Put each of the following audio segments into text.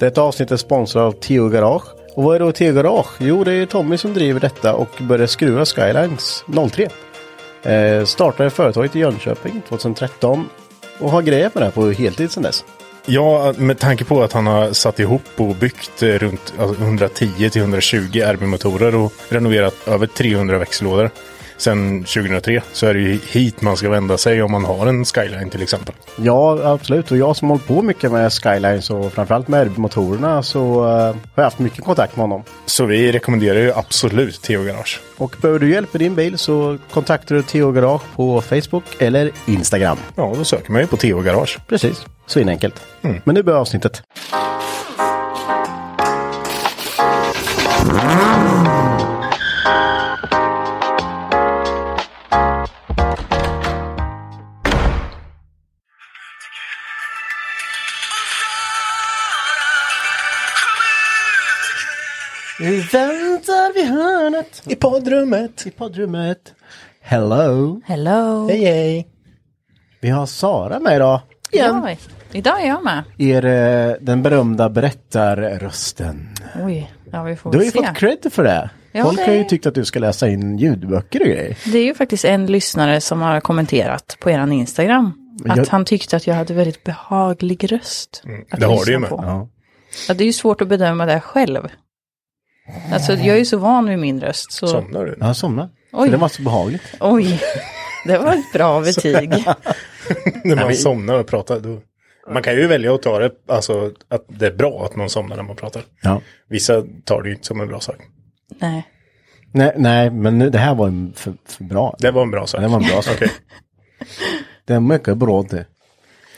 Detta avsnitt är sponsrat av Tio Garage. Och vad är då Tio Garage? Jo, det är Tommy som driver detta och började skruva Skylines 03. Eh, startade företaget i Jönköping 2013 och har grejer på det här på heltid sedan dess. Ja, med tanke på att han har satt ihop och byggt eh, runt alltså, 110 till 120 RB-motorer och renoverat över 300 växellådor sedan 2003 så är det ju hit man ska vända sig om man har en Skyline till exempel. Ja, absolut. Och jag som hållit på mycket med Skylines och framförallt med RB-motorerna så eh, har jag haft mycket kontakt med honom. Så vi rekommenderar ju absolut Theo Garage. Och behöver du hjälp med din bil så kontaktar du Theo Garage på Facebook eller Instagram. Ja, då söker man ju på Theo Garage. Precis, svinenkelt. Men nu börjar avsnittet. Nu väntar vi hörnet i poddrummet. I poddrummet. Hello. Hello! Hej hej. Vi har Sara med idag. Ja, idag är jag med. Er, eh, den berömda berättarrösten. Oj, ja vi får Du har väl ju se. fått cred för det. Ja, Folk det- har ju tyckt att du ska läsa in ljudböcker och grejer. Det är ju faktiskt en lyssnare som har kommenterat på eran Instagram. Att jag- han tyckte att jag hade väldigt behaglig röst. att Mm, det har du ju lyssna med. på. Ja, det är ju svårt att bedöma det själv. Alltså jag är ju så van vid min röst. Så... Somnar du? Jag somnade. Oj. För det var så behagligt. Oj, det var ett bra betyg. när man somnar och pratar. Då... Man kan ju välja att ta det, alltså att det är bra att man somnar när man pratar. Ja. Vissa tar det ju inte som en bra sak. Nej, Nej, nej, men nu, det här var en för, för bra. Det var en bra sak. Det var en bra sak. Okej. Det är mycket bra det.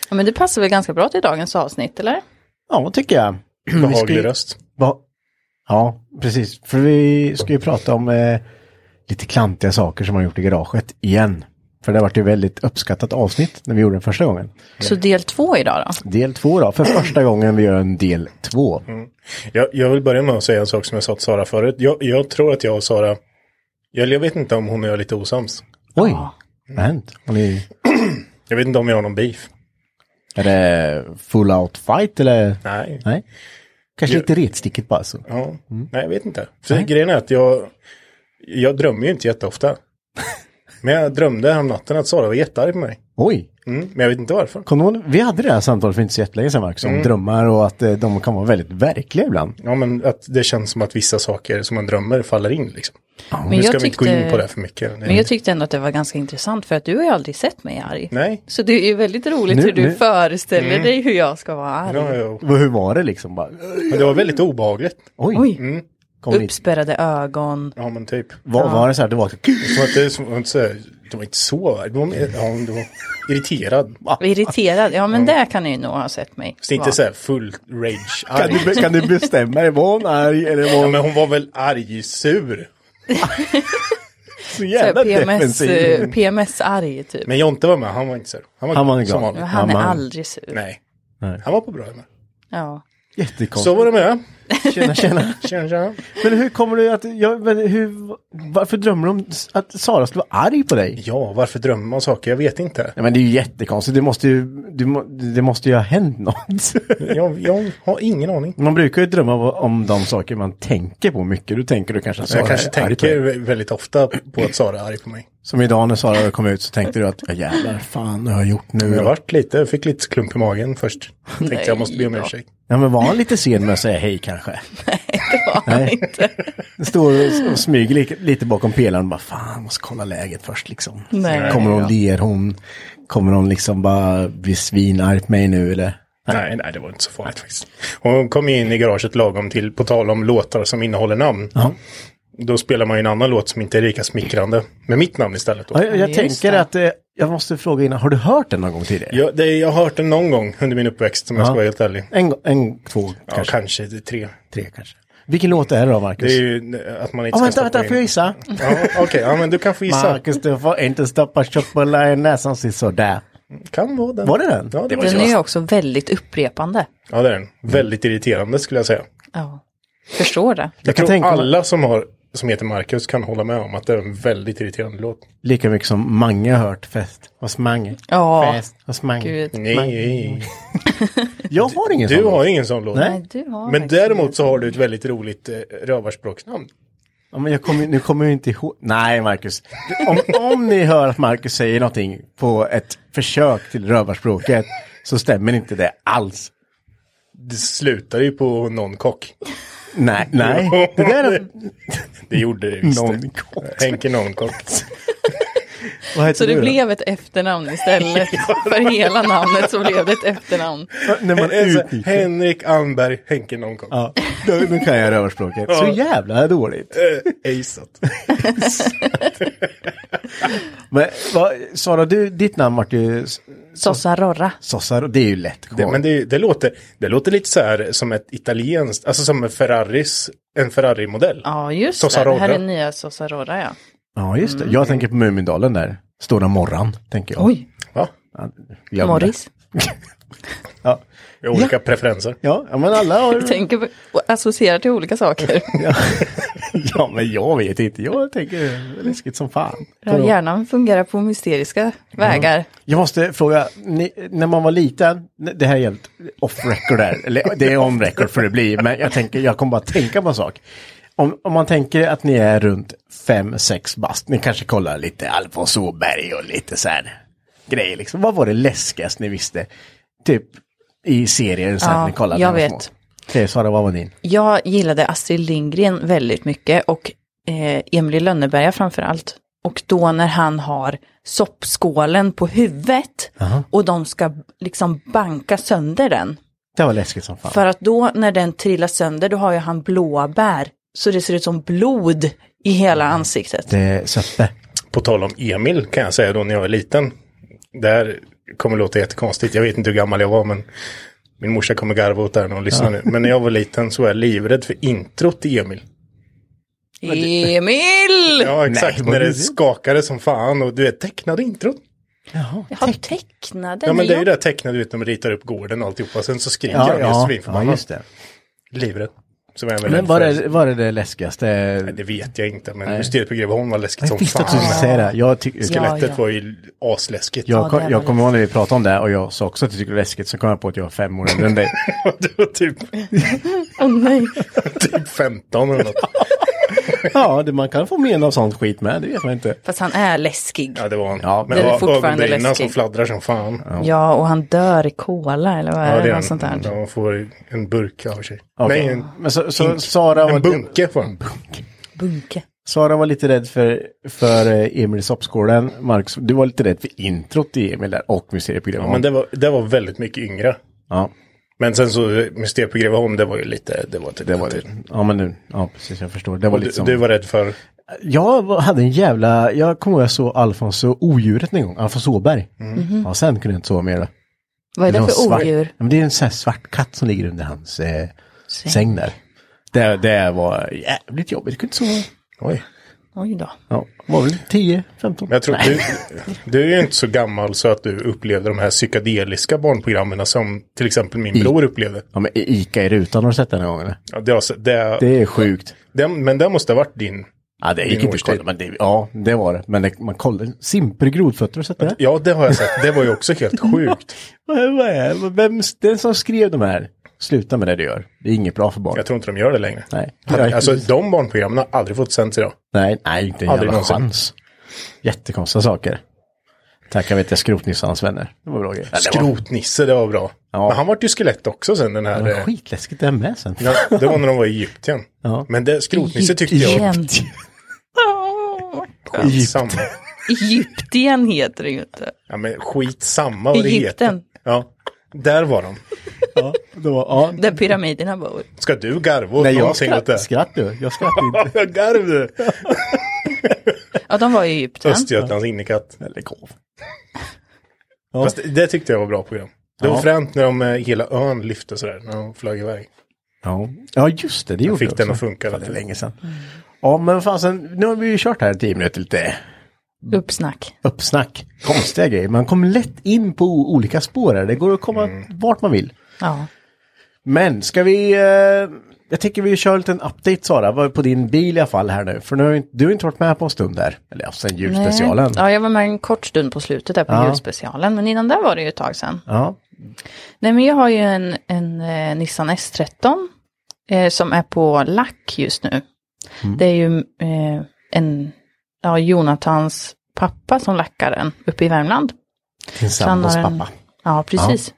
ja, men det passar väl ganska bra till dagens avsnitt, eller? Ja, tycker jag. Vi ska ju- Behaglig röst. Va? Ja, precis. För vi ska ju prata om eh, lite klantiga saker som man gjort i garaget igen. För det har varit ett väldigt uppskattat avsnitt när vi gjorde den första gången. Så del två idag då? Del två då, för första gången vi gör en del två. Jag, jag vill börja med att säga en sak som jag sa till Sara förut. Jag, jag tror att jag och Sara, jag, jag vet inte om hon och jag är lite osams. Oj, vad har hänt? Har ni, Jag vet inte om vi har någon beef. är det full out fight eller? Nej. Nej. Kanske lite retsticket bara alltså. så. Ja. Nej, jag vet inte. För grejen är att jag, jag drömmer ju inte jätteofta. Men jag drömde häromnatten att Sara var jättearg på mig. Oj, Mm, men jag vet inte varför. kommer du ihåg? Vi hade det här samtalet för inte så jättelänge sedan Marcus, om drömmar och att eh, de kan vara väldigt verkliga ibland. Ja, men att det känns som att vissa saker som man drömmer faller in liksom. nu jag ska vi inte gå tyckte- in på det här för mycket. Men jag tyckte ändå att det var ganska intressant för att du har ju aldrig sett mig arg. Nej, Så det är ju väldigt roligt Nu- hur du nu- föreställer dig hur jag ska vara arg. ja, ja. Hur var det liksom? Bara, men det var väldigt obehagligt. oj, Oj, Mm. kom ni, uppspärrade ögon. Ja, men typ. var, var det så här, det var Det var inte, som- det var inte, så- det var inte så, det var, mer- ja, det var irriterad. Irriterad, ja men det kan ni ju nog ha sett mig. Så inte vara. så här full rage Kan arg. du, kan du bestämma dig? Var hon arg eller var Ja, hon... men hon var väl arg sur. Så jävla PMS, eh, defensiv. PMS-arg typ. Men Jonte var med, han var inte sur. var, Han var glad, som glad. Men vanligt. han är man- aldrig sur. Nej. Nej. Han var på bra humör. Ja. Jättekonstigt. Så var det med. Tjena, tjena. Tjena, tjena. Men hur kommer du att... Ja, men hur, varför drömmer du om att Sara skulle vara arg på dig? Ja, varför drömmer man om saker? Jag vet inte. Ja, men det är ju jättekonstigt. Det måste ju, du må, det måste ju ha hänt något. Jag, jag har ingen aning. Man brukar ju drömma om- om de saker man tänker på mycket. Du tänker du kanske att Så Sara jag kanske är arg på tänker dig. vä- väldigt ofta på att Sara är arg på mig. Som idag när Sara kom ut så tänkte du att ja, jävlar, fan vad har jag gjort nu? Jag vart lite, jag fick lite klump i magen först. Tänkte jag måste be om Nej då. ursäkt. Ja, men var han lite sen med att säga hej kanske? Det var han Nej. inte. Står och, och smyger li- lite bakom pelaren bara fan, måste kolla läget först liksom. Nej. Kommer hon ler hon? Kommer hon liksom bara bli svinarg på mig nu eller? Nej, nej, det var inte så farligt faktiskt. Hon kom ju in i garaget lagom till, på tal om låtar som innehåller namn. Ja. Då spelar man ju en annan låt som inte är lika smickrande. Med mitt namn istället då. Ja, jag jag Just tänker det. att eh, jag måste fråga innan, har du hört den någon gång tidigare? Jag, det, jag har hört den någon gång under min uppväxt om jag ska vara helt ärlig. En, gång- en, två, Ja, kanske kanske, det är tre. tre kanske. Vilken låt är det då Marcus? Det är ju eh, att man inte Ja, vänta, ska stoppa vänta, in- får jag gissa? Ja, Okej, ja, men du kan få gissa. Marcus, du får inte stoppa chocolade i näsan sådär. Kan vara den. Var det den? Ja, det var Den är den. ju också väldigt upprepande. Ja, det är den. Väldigt irriterande skulle jag säga. Ja. Förstår det. Jag, tror tänka mig- alla som, har, som heter Marcus kan hålla med om att det är en väldigt irriterande låt. Lika mycket som Mange har hört fest. Hos Mange. Ja. Fest hos Mange. Gud. Nej, Jag har ingen du sån har låt. ingen sån låt. Nej, du har Men faktiskt däremot så har du ett väldigt roligt eh, rövarspråksnamn. Ja, men jag kommer, nu kommer jag inte ihåg. Nej, Marcus. Om, om ni hör att Marcus säger någonting på ett försök till rövarspråket så stämmer inte det alls. Det slutar ju på någon kock. Nej, nej. Det där är... Det gjorde det visst. Någon kock. Henke någon kock. Vad heter Så du det då? blev ett efternamn istället. För hela namnet så blev det ett efternamn. När man Alltså, utnyttjar... Henrik Anberg, Henke någon kock. Ja, då, nu kan jag rövarspråket. Så jävla dåligt. Eh, Aceat. Men vad, Sara, du, ditt namn vart ju Sossa Rorra. Sossar, det är ju lätt Det, kvar. men det, det, låter, det låter lite så här som ett italienskt, alltså som en Ferraris, en Ferrari-modell. Ja, just Sossa det. Det här Rorra. är nya Sossa Rorra, ja. Ja, just det. Jag tänker på Mumindalen där. Stora Morran, tänker jag. Oj, Va? Glöm det. Morris. Ja. Vi har olika preferenser. Ja, ja, men alla har... Tänker på, och associerar till olika saker. ja, men jag vet inte. Jag tänker läskigt som fan. Ja, Hjärnan fungerar på mysteriska vägar. Jag måste fråga, ni, när man var liten, det här är helt off record där, eller det är on record för det blir, men jag, tänker, jag kommer bara tänka på en sak. Om, om man tänker att ni är runt 5-6 bast, ni kanske kollar lite Alfons Åberg och lite så här grejer liksom. Vad var det läskigast ni visste? Typ i serier så här, Ja, ni kollade. jag när ni var vet. små. Okej, Sara, vad var din? Jag gillade Astrid Lindgren väldigt mycket och eh, Emil Lönneberga framför allt. Och då när han har soppskålen på huvudet och de ska liksom banka sönder den. Det var läskigt som fan. För att då när den trillar sönder då har ju han blåbär så det ser ut som blod i hela ansiktet. Det är Söppe. På tal om Emil kan jag säga då när jag var liten. Det här kommer låta jättekonstigt. Jag vet inte hur gammal jag var men min morsa kommer garva åt det här när hon lyssnar nu. Men när jag var liten så var jag livrädd för introt till Emil. Emil! Ja exakt, vad när det mysigt. skakade som fan och du vet tecknade introt. Jag har tecknade. Ja men det är ju jag- det här tecknade du vet när de ritar upp gården och alltihopa. Sen så skriker Ja, han ja, just ja, just det. Livrädd. Så var jag väl Men rädd var för- det, var det det läskigaste? Nej, Det vet jag inte men mysteriet på Greveholm var läskigt Jag som visste att du skulle fan. säga det. Jag tycker... Skelettet Ja, ja. var ju asläskigt. Jag, Ja, kom, det var jag kommer ihåg när vi pratade om det här och jag sa också att jag tycker det är typ läskigt så kom jag på att jag var fem år äldre än dig. det var typ, Åh, nej. typ 15 eller något. ja, det, man kan få men av sånt skit med, det vet man inte. Fast han är läskig. Ja, det var han. Ja, men den är ö- fortfarande ögonbrynen som läskig. fladdrar som fan. Ja, Ja, och han dör i kola eller vad är det? det är Något sånt där. en, de får en burk av sig. Okej. Nej, en, Men så, så Sara, en var, bunke får han. Bunke. Sara var lite rädd för, för eh, Emil i soppskålen. Marcus, du var lite rädd för introt i Emil där och Ja, museieprogrammet. men det var, det var väldigt mycket yngre. ja, Men sen så, Mysteriet på Greveholm, det var ju lite, det var typ det var inte- Ja, men nu, ja, precis, jag förstår. Det var Och du, liksom... du var rädd för, Jag var- hade en jävla, jag kommer ihåg jag såg Alfonso Odjuret en gång, Alfonso Åberg. Mm. Ja, sen kunde jag inte sova mer. då. Vad är det, var för svart- odjur? Ja, men det är en sån här svart katt som ligger under hans eh, säng där. Det, det var jävligt jobbigt, jag kunde inte sova. oj, Oj då. Ja, var väl 10, 15. Men jag tror du, du är ju inte så gammal så att du upplevde de här psykedeliska barnprogrammen som till exempel min bror upplevde. Ja, men Ica i rutan har du sett den här gången? eller? Ja, det, har s- det, Det är sjukt. den- men det måste ha varit din. Ja, det gick Din inte att kolla. årstid. Men det, ja, det var det. Men det, man kollade. Simper grodfötter, har du sett det? Ja, det har jag sett. Det var ju också helt sjukt. Vad vad är det? Vem, den som skrev de här, sluta med det du gör. Det är inget bra för barn. Jag tror inte de gör det längre. Nej. Alltså, de barnprogrammen har aldrig fått sänds idag. nej, nej, inte en Aldrig jävla någonsin. chans. Jättekonstiga saker. Tackar vet jag skrotnissarnas vänner. Det var bra grejer. Ja, det var- Skrotnisse, det var bra. Ja. Men han vart ju skelett också sen den här. Det var eh, skitläskigt det här med sen. Ja, det var när de var i Egypten. Ja. Men det, skrotnisse tyckte jag var Igen. skitsamma. Egypten heter det ju inte. Ja, men skitsamma vad det Egypten. heter. Ja, där var de. Det var, ja. Där pyramiderna bor. Ska du garva åt Nej, jag någonting åt det? skrattar skratt, du. Jag skrattar inte. Jag garv du. Ja, de var i Egypten. Östergötlands innekatt. Lägg av. Fast det, det tyckte jag var bra program. Det var Ja. fränt när de eh, hela ön lyfte sådär, när de flög iväg. Ja, ja just det. Det gjorde fick jag den också. att funka Fan, Det lite. är länge sedan. Ja, men fasen, nu har vi ju kört här i tio minuter lite Uppsnack. uppsnack. Konstiga grejer. Man kommer lätt in på o- olika spår här. Det går att komma Mm. vart man vill. Ja. Men ska vi... Eh, jag tänker vi kör en liten update Sara, var- på din bil i alla fall här nu. För nu har ju inte- du har inte varit med på en stund där. Eller ja, sen julspecialen. Nej. Ja, jag var med en kort stund på slutet där på Ja. julspecialen. Men innan där var det ju ett tag sedan. Ja. Nej, men jag har ju en, en eh, Nissan S13 eh, som är på lack just nu. Mm. Det är ju eh, en, ja, Jonathans pappa som lackar den uppe i Värmland. Din Så han sambos har en- pappa. Ja, precis.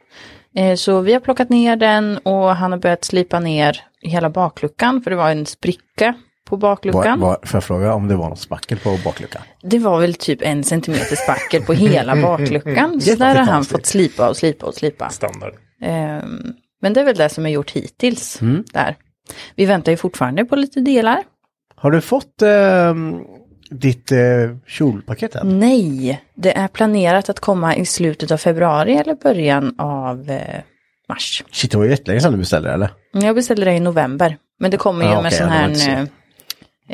Eh, Så vi har plockat ner den och han har börjat slipa ner hela bakluckan, för det var en spricka på Var, bakluckan. var, får jag fråga om det var något spackel på bakluckan? Det var väl typ en centimeter spackel på hela bakluckan. Så där har han Jättekonstigt. fått slipa och slipa och slipa. Standard. Ehm, Men det är väl det som är gjort hittills Mm. där. Vi väntar ju fortfarande på lite delar. Har du fått eh, ditt eh, kjolpaket än? Nej, det är planerat att komma i slutet av februari eller början av eh, mars. Shit, det var ju jättelänge sedan du beställde det, eller? Jag beställde det i november, men det kommer ju Ja, med okej, sån ja, det var inte här, en,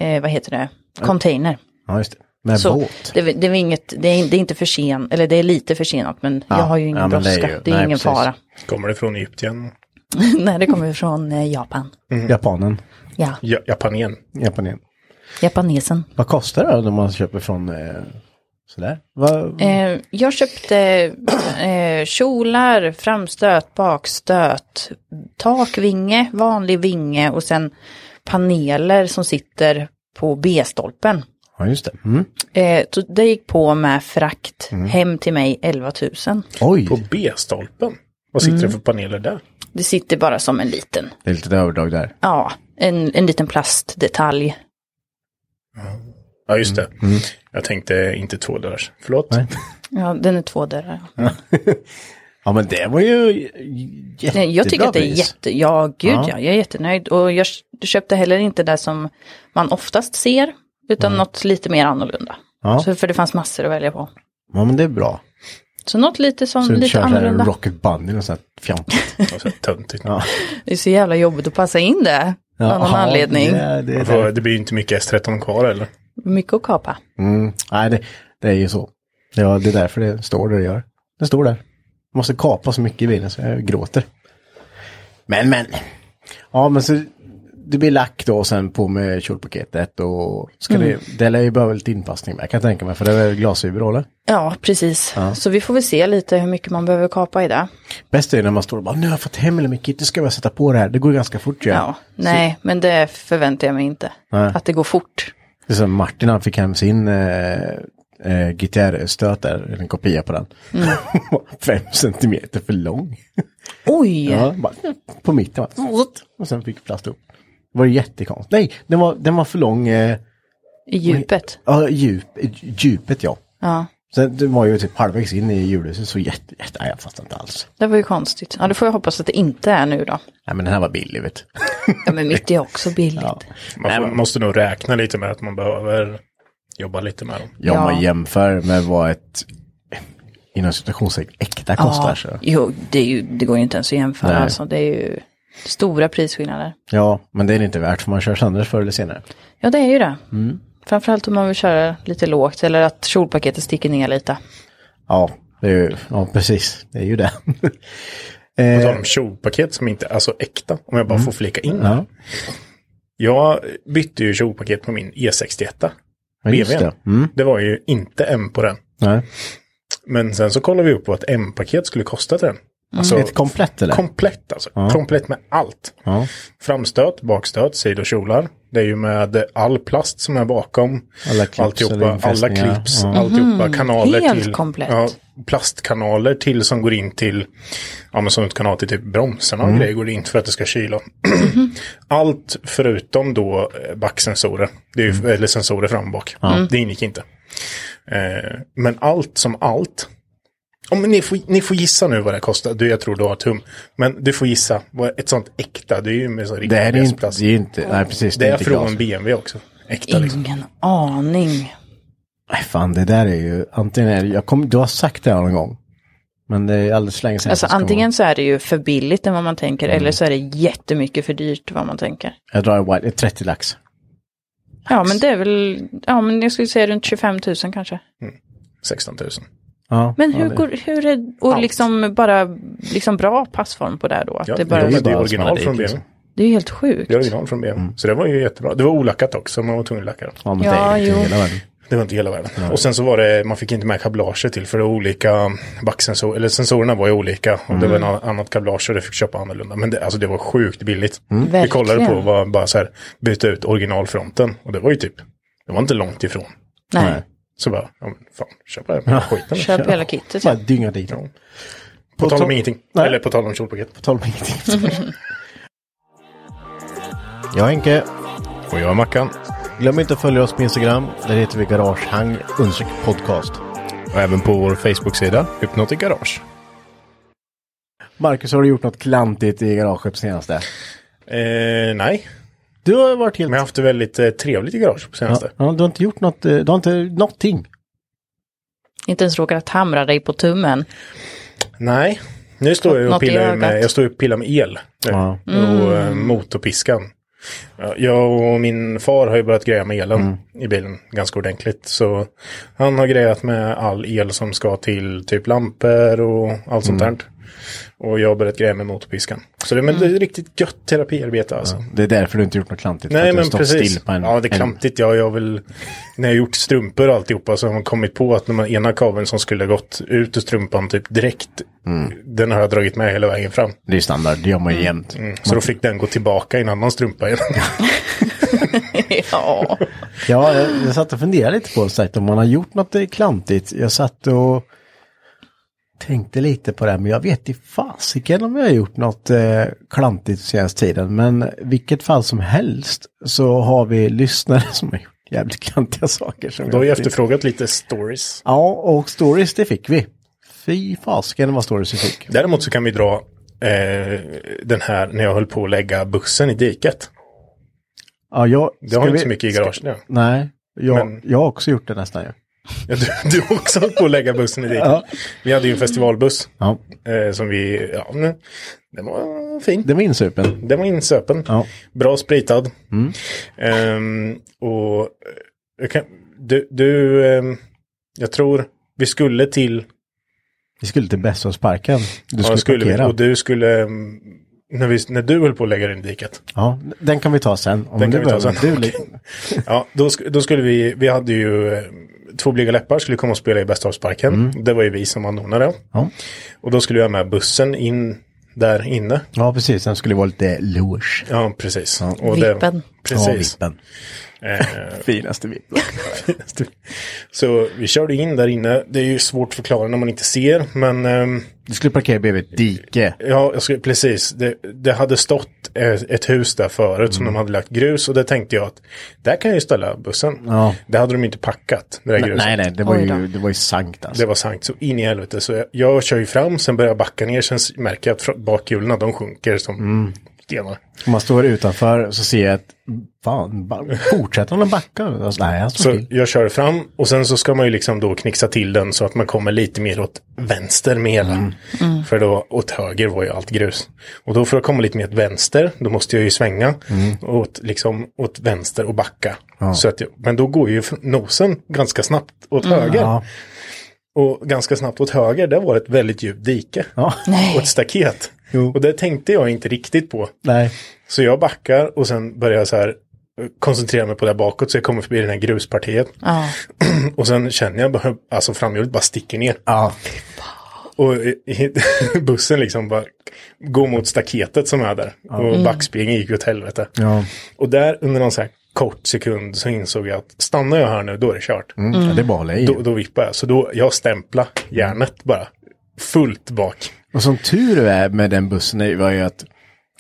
eh, eh, vad heter det, container. Ja, just det. Med Så båt. det, är väl- det, är väl inget, det, är, det är inte för sen, eller det är lite försenat, men Ja, jag har ju ingen ja, men det är brådska. Det ju- är, nej, ingen precis. fara. Kommer det från Egypten? Nej, det kommer från eh, Japan. Mm. Japanen. Ja, Ja, Japanien. Japanen. japanesen. Vad kostar det då när man köper från eh, sådär? Vad, Eh, jag köpte eh, kjolar, framstöt, bakstöt, takvinge, vanlig vinge och sen paneler som sitter på B-stolpen. ja, just det. Mm. Eh, så det gick på med frakt hem till mig 11 000. Oj, På B-stolpen? Vad sitter Mm. det för paneler där? Det sitter bara som en liten, det är lite överdrag där. ja, en, en liten plastdetalj. Ja, just det. Jag tänkte inte två dörrars. Förlåt. Mm. Nej. Ja, den är två dörrar. Ja, men det var ju j- jättebra Nej, Jag tycker att det är pris. jätte, ja gud Ja. ja. jag är jättenöjd. Och jag köpte heller inte det som man oftast ser, utan något lite mer annorlunda. Mm. Ja. Så, för det fanns massor att välja på. Ja, men det är bra. Så något lite som, Så du inte lite kör sådär annorlunda. Rocket Bunny och sånt där fjantigt. Och så här Töntigt. Ja. Det är så jävla jobbigt att passa in det, av någon Ja, anledning. Det, det, För det. Det blir ju inte mycket S13 kvar eller? Mycket att kapa. Mm. Nej, det, det är ju så. Ja, det är därför det står där det gör. Det står där. Måste kapa så mycket i bilen så jag gråter. Men, men. Ja, men så det blir lack då och sen på med kjolpaketet och ska Mm. det, det lär ju behöva lite inpassning med kan jag tänka mig för det är väl glasfiber eller? Ja, precis. Så vi får väl se lite hur mycket man behöver kapa i det. Bäst är ju när man står och bara nu har jag fått hem eller mycket, nu ska jag bara sätta på det här, det går ju ganska fort ju. Ja, nej, men det förväntar jag mig inte. Nej. Att det går fort. Det är som Martin han fick hem sin eh, eh, gitarrstöt där, en kopia på den. Mm. Fem centimeter för lång. Oj! Ja, bara, på mitten. Bara, och sen fick plast upp. Det var ju jättekonstigt. Nej, den var, den var för lång. Eh, I djupet. ja, djup, djupet ja. Ja, Sen den var ju typ halvvägs in i julhuset så jätte, jätte, nej, jag fattar inte alls. det var ju konstigt. Ja, det får jag hoppas att det inte är nu då. Nej men den här var billig vet du. Ja, men mitt är också billigt. Ja. Man får, måste nog räkna lite med att man behöver jobba lite med dem. Ja, Ja. man jämför med vad ett inom citationstecken äkta kostar. Så. Jo, det, är ju, det går ju inte ens att jämföra. Nej. Alltså, det är ju stora prisskillnader. Ja, men det är det inte värt för man kör sönder förr eller senare. Ja, det är ju det. Framförallt om man vill köra lite lågt eller att kjolpaketet sticker ner lite. Ja, det är ju, ja precis. Det är ju det. Eh, På tal om kjolpaket som inte är så äkta, om jag bara får flika in här. Mm. Ja, Jag bytte ju kjolpaket på min E E61. men just BV'n. det. Mm. Det var ju inte M på den. Nej. Men sen så kollade vi upp vad ett M-paket skulle kosta till den. Alltså, Mm. Ett komplett eller? komplett alltså. Komplett med allt. ja. Framstöt, bakstöt, sidokjolar. Det är ju med all plast som är bakom. Alla clips eller alltihopa, alla infästningar. clips, Ja. alltihopa. Kanaler Mm. Helt till. komplett. Ja, plastkanaler till som går in till, ja men som du kan ha till typ bromsarna Mm. och grejer går det in för att det ska kyla. Allt förutom då eh, backsensorer, det är ju, Mm. eller sensorer fram och bak. Det ingick inte. Eh, men allt som allt. Om ni, får, ni får gissa nu vad det kostar, du, jag tror du har tum. Men du får gissa, vad ett sånt äkta, det är ju med sån Det riktig här är inte, resplast. det är inte, nej precis. Det är inte från glas. BMW också. Äkta liksom. Ingen aning. Nej fan, det där är ju, antingen är det, jag kommer, du har sagt det här någon gång. Men det är alldeles för länge sedan. Alltså Så ska man- antingen så är det ju för billigt än vad man tänker eller så är det jättemycket för dyrt vad man tänker. Jag drar en white, det är 30 lax. Ja men det är väl, ja men jag skulle säga runt 25 000 kanske. 16 000. Ja, Men ja, hur det- går, hur är, och liksom bara, liksom bra passform på det här då? Att Ja, det, bara, men det är bara som original det är, från BMW. liksom. det är ju helt sjukt. Det är original från BMW. Mm. Så det var ju jättebra. Det var olackat också, man var tvungen att lacka det. Ja, men det är Ja, inte jo. hela världen. Det var inte hela världen. Och sen så var det, man fick inte med kablager till för det var olika backsensorer, eller sensorerna var ju olika. Och det var en annan- annat kablage och det fick köpa annorlunda. Men det, alltså det var sjukt billigt. Vi kollade på Verkligen. vad, bara så här, byta ut originalfronten. Och det var ju typ, det var inte långt ifrån. Nej, Så bara, ja men fan, köp den här skiten. köp hela kittet. Bara dynga dit. Ja. På tal om ingenting. Nej. Eller på tal om kjolpaket. På tal om ingenting. jag är Henke. Och jag är Mackan. Glöm inte att följa oss på Instagram. Där heter vi Garagehang understreck podcast. Och även på vår Facebook-sida, Hypnotic Garage. Marcus, har du gjort något klantigt i garaget på senaste? Eh, nej, Du har varit helt... men jag har haft det väldigt eh, trevligt i garage på ja, senaste. ja, du har inte gjort något, eh, du har inte någonting. Inte ens råkat hamra dig på tummen. Nej, nu står jag ju och Något i pillar med, ögat. Mm. jag står ju och pillar med el. Nu. Ja. Och eh, motorpiskan. Ja, Jag och min far har ju börjat greja med elen i bilen ganska ordentligt. Så han har grejat med all el som ska till typ lampor och allt sånt där. Och jag har börjat greja med motorpiskan. Så det, men det Mm. är riktigt gött terapiarbete alltså. Det är därför du inte gjort något klantigt. för Nej att du har men stått precis. Still på en, ja det är klantigt. Ja, jag vill, när jag gjort strumpor och alltihopa så har man kommit på att när man, ena kabeln som skulle ha gått ut ur strumpan typ direkt. Mm. Den har jag dragit med hela vägen fram. Mm. En, det är standard, det gör man ju jämt. Så då fick den gå tillbaka i en annan strumpa igen. ja. Ja, jag, jag satt och funderade lite på sagt, om man har gjort något eh, klantigt. Jag satt och tänkte lite på det, här, men jag vet i fasiken om jag har gjort något eh, klantigt senaste tiden. Men vilket fall som helst så har vi lyssnare som har gjort jävligt klantiga saker. Som Då har jag jag inte- efterfrågat lite stories. Ja, och stories det fick vi. Fy fasiken vad stories vi fick. Däremot så kan vi dra eh, den här när jag höll på att lägga bussen i diket. Ja, jag, Det ska har inte vi- så mycket i ska- garaget nu. Nej, jag, Men- jag har också gjort det nästan ju. Ja, du, du har också höll på att lägga bussen i diket. Ja. Vi hade ju en festivalbuss. Ja, Eh, som vi, ja, men, den var fin. det var insupen. Den var insöpen. Ja. Mm. Bra spritad. Ehm, och eh, jag kan, du, du ehm, jag tror vi skulle till, Vi skulle till Bessonsparken. Du ja, skulle, skulle vi, parkera. och du skulle, ehm, när, vi, när du höll på att lägga den i diket. Ja, den kan vi ta sen. Om Den du kan vi ta behöver. sen. Du, Okej. Ja, då, sk- då skulle vi, vi hade ju eh, två blyga läppar skulle komma och spela i Bästhavsparken. Det var ju vi som anordnade. Mm. Ja. Och då skulle jag med bussen in där inne. ja, precis. Den skulle vara lite loge. Ja, precis. Och Vippen. Ja, Precis. vippen. Eh, Finaste vippen. Så vi körde in där inne. Det är ju svårt att förklara när man inte ser. Men ehm, Du skulle parkera bredvid ett dike. ja, jag skulle, precis. Det, det hade stått eh, ett hus där förut Mm. som de hade lagt grus. Och det tänkte jag att där kan jag ju ställa bussen. Ja. Det hade de inte packat. Det där gruset. Nej, nej, det var, Oj då. ju, det var ju sankt alltså. Det var sankt så in i Mm. helvete. Så jag, jag kör ju fram, sen börjar jag backa ner, sen s- märker jag att fr- bakhjulen de sjunker som stenar. Om man står utanför så ser jag att, fan, ba- fortsätter han att backa? Alltså, nej, han står Så still. jag kör fram och sen så ska man ju liksom då knixa till den så att man kommer lite mer åt vänster med hela. Mm. För då åt höger var ju allt grus. Och då för att komma lite mer åt vänster, då måste jag ju svänga Mm. åt, liksom, åt vänster och backa. Så att jag, men då går ju nosen ganska snabbt åt höger. Ja. Och ganska snabbt åt höger, där var ett väldigt djupt dike. Ja. Och ett staket. Jo. Och det tänkte jag inte riktigt på. Nej. Så jag backar och sen börjar jag så här eh, koncentrera mig på det här bakåt så jag kommer förbi det här gruspartiet. Ja. Och sen känner jag bara, alltså framhjulet bara sticker ner. Ja. Och i- i- bussen liksom bara går mot staketet som är där. Och backspegeln gick ju åt helvete. Ja. Och där under någon så här kort sekund så insåg jag att stannar jag här nu då är det kört. Mm. ja, det är bara att hålla i. Då, då vippar jag. Så då, jag stämplar järnet bara. Fullt bak. Och som tur är med den bussen är- var ju att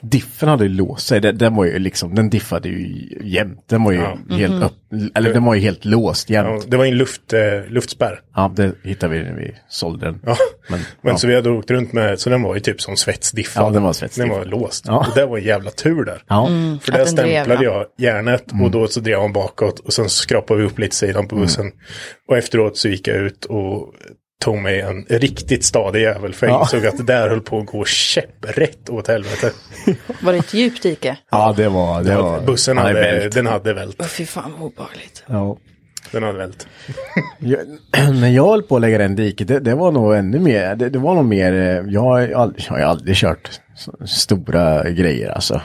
diffen hade ju låst sig. Den, den var ju liksom, den diffade ju jämt. Den var ju helt Mhm. upp, eller den var ju helt låst Ja, jämt. Det var ju en luft, eh, luftspärr. Ja, det hittade vi när vi sålde den. Ja. Men, ja. så vi hade åkt runt med, så den var ju typ som svetsdiffad. Ja, den var svetsdiffad. Den var låst. Ja. Och det var en jävla tur där. Ja. För Mm. Att där den drev, Mm. stämplade ja. jag järnet och då så drev han bakåt och sen skrapade vi upp lite sidan Mm. på bussen. Och efteråt så gick jag ut och tog mig en riktigt stadig jävel för jag Ja. insåg att det där höll på att gå käpprätt åt helvete. Var det ett djupt dike? ja, det var, det var. Bussen ja, det är hade, vält. den hade vält. Åh, fy fan vad obehagligt. Ja. Den hade vält. Jag, när jag höll på att lägga den diket, det, det var nog ännu mer, det, det var nog mer, eh, jag har ju aldrig, jag har ju aldrig kört så, stora grejer alltså.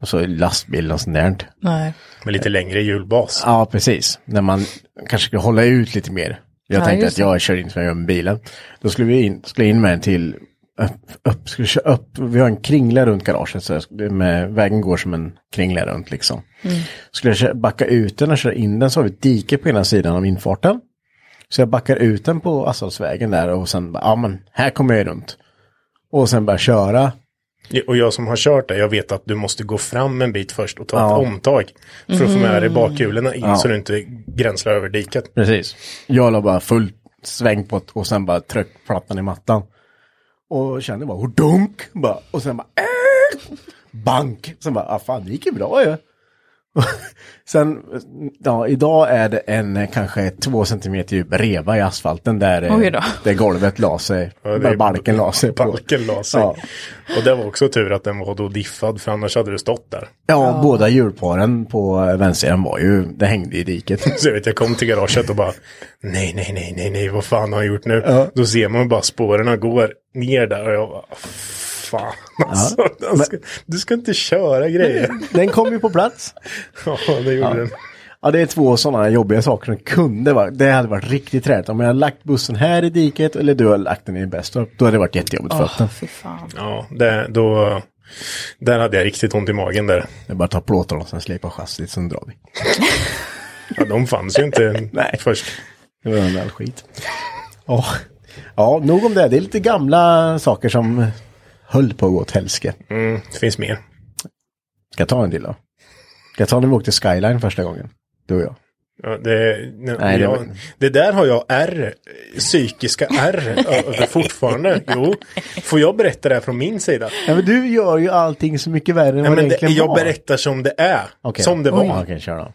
Alltså lastbil och sånt där. Nej. Med lite längre hjulbas. Ja, precis. När man kanske skulle hålla ut lite mer. Jag Ja, tänkte just att jag kör inte med bilen. Då skulle vi in, skulle in med den till upp, upp, skulle köra upp. Vi har en kringla runt garaget så jag skulle, med, vägen går som en kringla runt liksom. Mm. Skulle jag kö- backa ut den och köra in den så har vi ett dike på ena sidan av infarten. Så jag backar ut den på asfaltsvägen där och sen bara, ja men här kommer jag runt. Och sen bara köra. Och jag som har kört det, jag vet att du måste gå fram en bit först och ta Ja. ett omtag. För att få med dig bakhjulen in så du inte gränslar över diket. Precis. Jag la bara full sväng på ett, och sen bara tryck plattan i mattan. Och kände bara dunk bara, och sen bara äh, bank. Sen bara, ah, fan det gick ju bra ju. Och sen, ja, idag är det en eh, kanske två centimeter djup reva i asfalten där, eh, Oj då. där golvet la sig. det där är- balken la sig. på. Balken la sig. Ja. Och det var också tur att den var då diffad för annars hade du stått där. Ja, båda hjulparen på eh, vänstersidan var ju, det hängde i diket. Så jag vet, jag kom till garaget och bara nej, nej, nej, nej, nej, vad fan har jag gjort nu? Då ser man bara spåren går ner där och jag bara fan alltså, den ska, du ska inte köra grejer. Den kom ju på plats. ja, det gjorde den. Ja, det är två sådana jobbiga saker som kunde vara. Det hade varit riktigt träligt. Om jag hade lagt bussen här i diket eller du hade lagt den i Bestorp, då hade det varit jättejobbigt Ah. för fötterna. Fy fan. Ja, det, då, där hade jag riktigt ont i magen där. Det är bara att ta plåtarna och sen slipa chassit, sen drar vi. Ja, de fanns ju inte Nej. först. Det var en all skit. Ja. ja, nog om det. Det är lite gamla saker som höll på att gå åt helsike. Mm, det finns mer. Ska jag ta en till då? Ska jag ta när vi åkte Skyline första gången? Du och jag. Ja, det, nej, Nej, det jag, var- det, där har jag R, psykiska R över fortfarande. Jo, får jag berätta det här från min sida? Ja, men du gör ju allting så mycket värre än Nej, vad det men det, egentligen jag var. berättar som det är, Okej. som det Oj. var. Ja, Okej, kör då.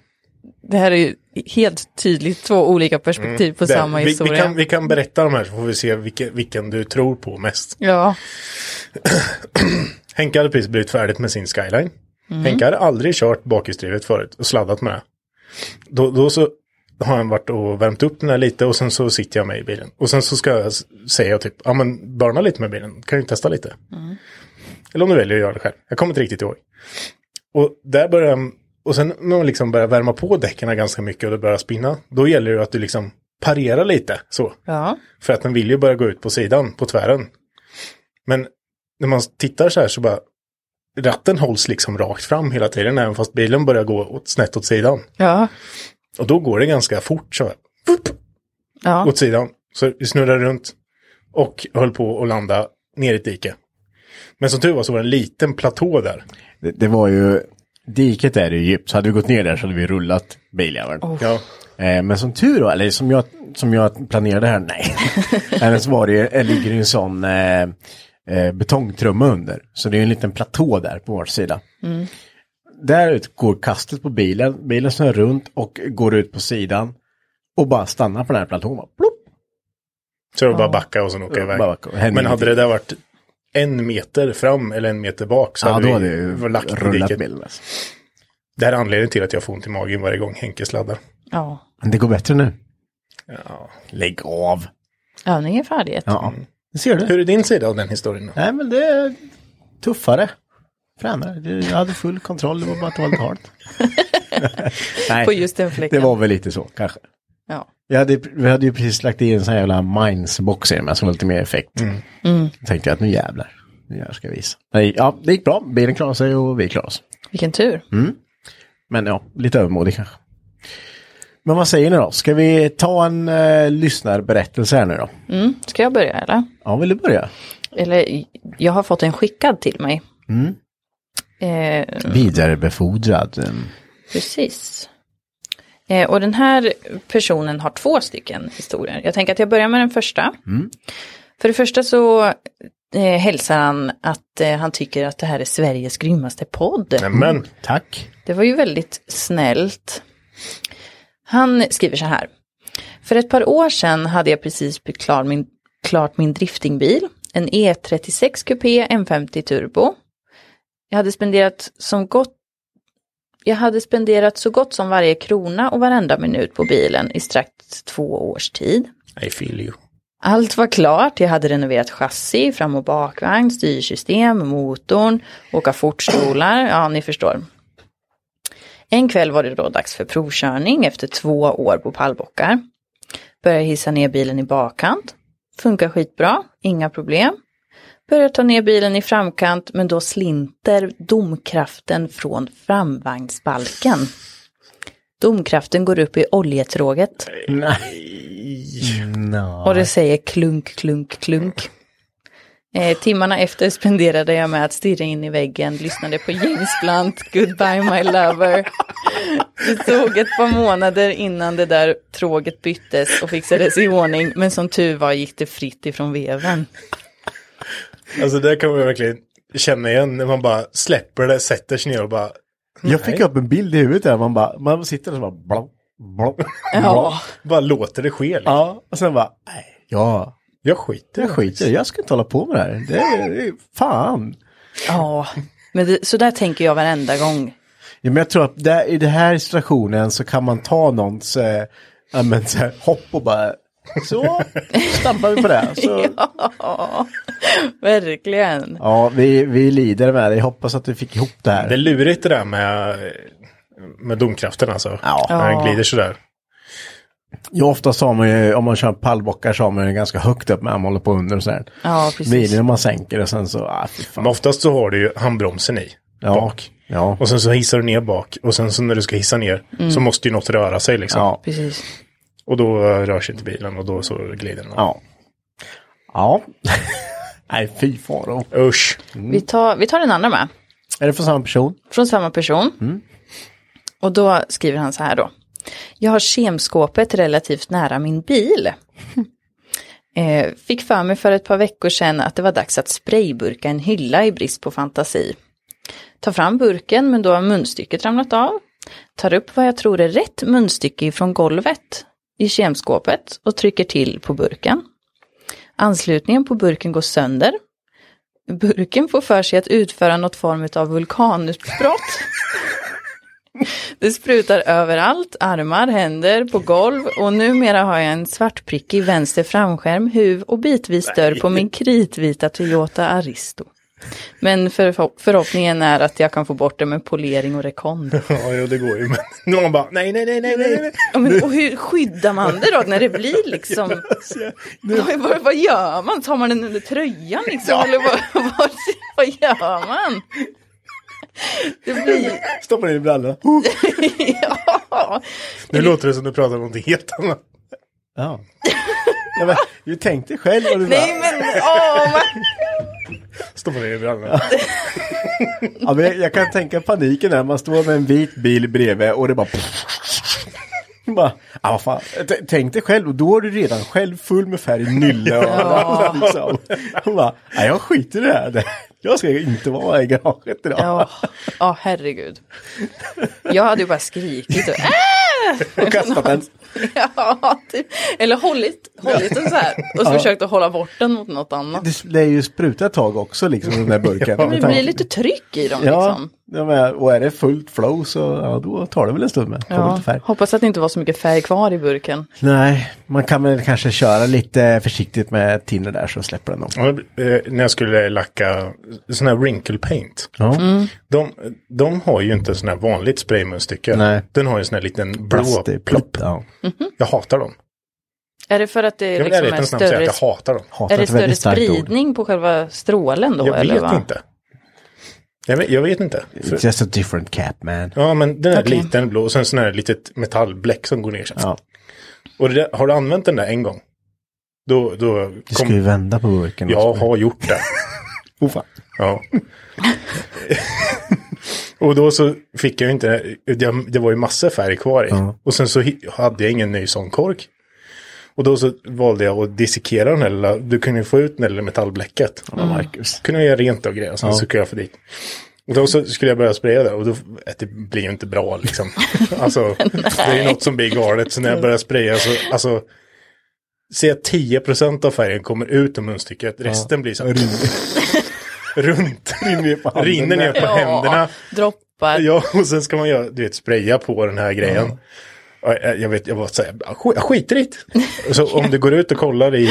Det här är ju helt tydligt två olika perspektiv på Mm. Det- samma vi, vi, historia. kan, vi kan berätta de här så får vi se vilken, vilken du tror på mest. Ja, Henke hade precis blivit färdigt med sin skyline. Henke hade aldrig kört bakhjulsdrivet förut och sladdat med det. Då, då så har han varit och värmt upp den här lite och sen så sitter jag med i bilen. Och sen så ska jag s- säga typ, ja men burna lite med bilen, kan ju testa lite. Eller om du väljer att göra det själv, jag kommer inte riktigt ihåg. Och där börjar han, och sen när man liksom börjar värma på däcken ganska mycket och det börjar spinna, då gäller det ju att du liksom parerar lite så. ja. För att den vill ju börja gå ut på sidan, på tvären. Men när man tittar så här så bara ratten hålls liksom rakt fram hela tiden även fast bilen börjar gå åt, snett åt sidan. ja. Och då går det ganska fort så här. Fup, ja. åt sidan. Så vi snurrade runt och höll på att landa ner i ett dike. Men som tur var så var det en liten platå där. Det, det var ju, diket är ju djupt, så hade vi gått ner där så hade vi rullat biljäveln. Ja. Eh, men som tur var, eller som jag, som jag planerade här, nej. Eller så var det ju, eh, ligger ju en sån eh, eh, betongtrumma under. Så det är ju en liten platå där på vår sida. Där ut går kastet på bilen, bilen snurrar runt och går ut på sidan och bara stannar på den här platån. Bara plopp. Så det var bara backa och sen åka iväg. Bara backa. Hände Men hade ingenting. det där varit en meter fram eller en meter bak så Ja, då hade vi hade det ju lagt i rullat diket. bilen. Alltså. Det här är anledningen till att jag får ont i magen varje gång Henke sladdar. Ja, Men det går bättre nu. Ja. Lägg av. övningen färdighet. Ja, det ser du. Hur är din sida av den historien? Då? Nej, men det är tuffare. Fränare. Du- Jag hade full kontroll, det var bara att det var lite halt. Nej, På just den fläcken. det var väl lite så kanske. Ja. Jag hade, vi hade ju precis lagt i en sån här jävla Minds-box i den, men som var lite mer effekt. Mm. Då tänkte jag att nu jävlar, nu jävlar ska jag visa. Nej, ja, det gick bra. Bilen klarade sig och vi klarade oss. Vilken tur. Mm. Men ja, lite övermodig kanske. Men vad säger ni då? Ska vi ta en eh, lyssnarberättelse här nu då? Mm. Ska jag börja eller? Ja, vill du börja? Eller jag har fått en skickad till mig. Mm. Eh, Vidarebefordrad. eh, Precis. Eh, och den här personen har två stycken historier. Jag tänker att jag börjar med den första. För det första så eh, hälsar han att eh, han tycker att det här är Sveriges grymmaste podd. Men Tack. Det var ju väldigt snällt. Han skriver så här. För ett par år sedan hade jag precis byggt klar min, klart min driftingbil, en E36 Coupé M50 Turbo. Jag hade spenderat som gott jag hade spenderat så gott som varje krona och varenda minut på bilen i strax två års tid. I feel you. Allt var klart, jag hade renoverat chassi, fram och bakvagn, styrsystem, motorn, åka fortstolar, ja ni förstår. En kväll var det då dags för provkörning efter två år på pallbockar. Började hissa ner bilen i bakkant, funkar skitbra, inga problem. Börjar ta ner bilen i framkant men då slinter domkraften från framvagnsbalken. Domkraften går upp i oljetråget. Och det säger klunk, klunk, klunk. Eh, timmarna efter spenderade jag med att stirra in i väggen, lyssnade på James Blunt, Goodbye My Lover. Det tog ett par månader innan det där tråget byttes och fixades i ordning, men som tur var gick det fritt ifrån veven. Alltså det kan man ju verkligen känna igen när man bara släpper det, sätter sig ner och bara Jag fick upp en bild i huvudet där man bara, man sitter och så bara blå, blå, blå. Ja, Bara låter det ske. Liksom. Ja, och sen bara, nej, ja, Jag skiter i jag det. skiter i det. jag ska inte hålla på med det här. Det är, det är fan. ja. Men det, så där tänker jag varenda gång. Ja, men jag tror att där, i den här situationen så kan man ta någons eh, ja, men, så här, hopp och bara, så stampar vi på det. Så, ja, Ja, verkligen. vi, vi lider med det. Jag hoppas att vi fick ihop det här. Det är lurigt det där med, med domkraften alltså. Ja. När den glider sådär. Ja, ofta så har man ju, om man kör pallbockar så har man ju ganska högt upp med armarna håller på under och sådär. Ja, precis. Bilen om man sänker och sen så, ah, fy fan. Men oftast så har du ju handbromsen i. Ja. Bak. Ja. Och sen så hissar du ner bak. Och sen så när du ska hissa ner så måste ju något röra sig liksom. Mm. Ja. Precis. Och då eh, rör sig inte bilen och då så glider den. Ja. Ja. Nej, fy faro. Usch. Vi tar, vi tar den andra med. Är det för samma person? från samma person. Och då skriver han så här då. Jag har kemskåpet relativt nära min bil. Eh, fick för mig för ett par veckor sedan att det var dags att sprayburka en hylla i brist på fantasi. Tar fram burken men då har munstycket ramlat av. Tar upp vad jag tror är rätt munstycke från golvet i kemskåpet och trycker till på burken. Anslutningen på burken går sönder burken får för sig att utföra något form av vulkanutbrott. Det sprutar överallt, armar, händer, på golv och numera har jag en svartprickig vänster framskärm, huv och bitvis dörr på min kritvita Toyota Aristo. Men förho- förhoppningen är att jag kan få bort det med polering och rekond. Ja, jo, det går ju. Men nu har man bara nej, nej, nej, nej, nej. nej. Ja, men, och hur skyddar man det då när det blir liksom? Vad, vad, vad gör man? Tar man den under tröjan liksom? Eller vad, vad, vad gör man? Det blir... Stoppa ner i brallorna. Ja. Nu låter det som du pratar om någonting helt annat. Ja. ja men, du tänkte själv och du Nej bara, men åh, man... Stoppar ner i brallorna. ja, men jag, jag kan tänka paniken när man står med en vit bil bredvid och det bara... Bara, ah, vad fan. T- tänk dig själv, och då är du redan själv full med färg i nylle och annat, liksom. Hon bara, nej jag skiter i det här. Jag ska inte vara i garaget idag. Ja, ja, herregud. Jag hade ju bara skrikit och, Äh! Och kastat den. ja, typ. eller hållit, hållit den så här och så försökt att hålla bort den mot något annat. Det lär ju spruta ett tag också liksom den där burken. Men det blir lite tryck i dem Ja, liksom. ja men, och är det fullt flow så ja, då tar det väl en stund med. Kommer Ja, lite färg. hoppas att det inte var så mycket färg kvar i burken. Nej, man kan väl kanske köra lite försiktigt med tinner där så släpper den nog. Ja, eh, när jag skulle lacka sån här wrinkle paint. Ja. De, de har ju inte sån här vanligt spraymunstycke. Nej. Den har ju sån här liten blå Plastig, plopp. Ja. Jag hatar dem. Är det för att det Jag är vill liksom ärligt en en snabbt säga större, att jag hatar dem. Hatar är det ett väldigt större starkt ord. spridning på själva strålen då? Jag eller vet va? inte. Jag vet, jag vet inte. För, It's just a different cap man. ja, men den är Okej. liten blå och sen sån här litet metallbläck som går ner. så här. Ja. Och det där, har du använt den där en gång? Då, då Du ska ju vända på burken. Jag har gjort det. Oh, fan. Ja. och då så fick jag ju inte, det, det var ju massa färg kvar i. Och sen så hi- hade jag ingen ny sån kork. Och då så valde jag att dissekera den här lilla, du kunde ju få ut den här lilla metallbläcket. Mm. Marcus. Kunde jag göra rent och grejer, sen så kunde jag få dit. Och då så skulle jag börja spraya det och då, äh, det blir ju inte bra liksom. alltså, det är ju något som blir galet. Så när jag börjar spraya så, alltså, se att 10% av färgen kommer ut ur munstycket, resten blir så här, runt. Rinner på handen. Rinner ner på händerna. droppar. Ja, och sen ska man göra, du vet, spraya på den här grejen. Ja, Jag, jag vet, jag var så här, "Sk- skit i det. Så om du går ut och kollar i,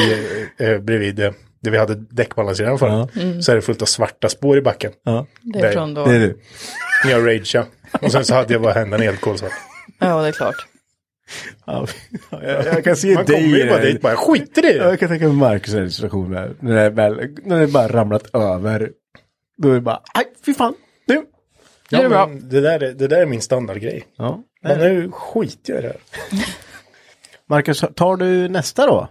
eh, bredvid eh, där vi hade däckbalanseraren förut, så är det fullt av svarta spår i backen. Ja. Det är från då. Det är du. När jag rageade. Och sen så hade jag bara händerna helt kolsvart. Ja, det är klart. Ja, jag, jag kan se Man dig kommer i ju bara det. dit bara, skit Ja, i det. Jag kan tänka mig Marcus här situation där. När det, väl, när det bara ramlat över. Då är det bara, aj, fy fan. Du. Ja, det är bra. men det, där är, det där är min standardgrej. Ja. Men nu skiter jag i det här. Marcus, tar du nästa då?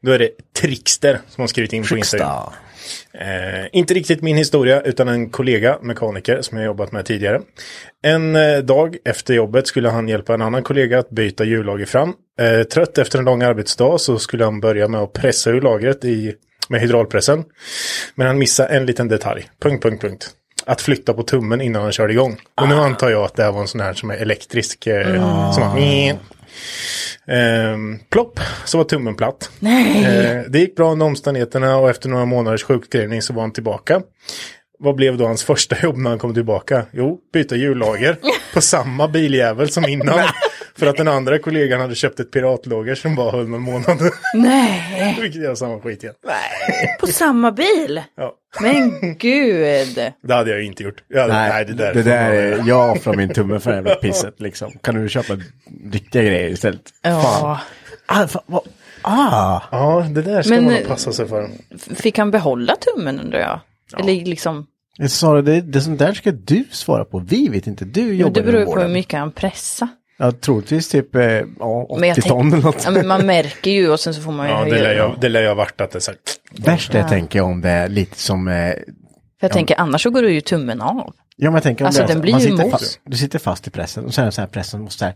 Då är det Trickster som har skrivit in på Instagram. Trickster. Eh, inte riktigt min historia utan en kollega, mekaniker, som jag jobbat med tidigare. En eh, dag efter jobbet skulle han hjälpa en annan kollega att byta hjullager fram. Eh, trött efter en lång arbetsdag så skulle han börja med att pressa ur lagret i, med hydraulpressen. Men han missade en liten detalj. Punkt, punkt, punkt. Att flytta på tummen innan han körde igång. Och nu antar jag att det här var en sån här som är elektrisk. Eh, Som man, Ehm, plopp, så var tummen platt. Eh, det gick bra under omständigheterna och efter några månaders sjukskrivning så var han tillbaka. Vad blev då hans första jobb när han kom tillbaka? Jo, byta hjullager på samma biljävel som innan. För att den andra kollegan hade köpt ett piratlager som bara höll någon månad. Nej, Vilket gör samma skit igen. på samma bil. Ja, Men gud. det hade jag ju inte gjort. Jag hade, nej, det där, det där är jag offrar min tumme för det här jävla pisset liksom. Kan du köpa riktiga grejer istället? Ja. Ah, fan, vad... ah. Ja, det där ska Men, man eh, nog passa sig för. Fick han behålla tummen undrar jag? Eller liksom, Jag sa det, det sånt där ska du svara på. Vi vet inte, du men jobbar det beror ju inom på hur vården. mycket han pressar. Ja, troligtvis typ eh, ja, 80 Men jag tänk- ton eller något. Ja, men man märker ju och sen så får man ju Ja, det höja. lär jag, det lär jag ha varit att det är så här. Värst är, tänker jag, om det är lite som... Eh, För jag tänker annars så går det ju tummen av. ja, men jag tänker om Alltså, det är, den blir man ju sitter mos. fast, Du sitter fast i pressen och sen så här pressen måste så här...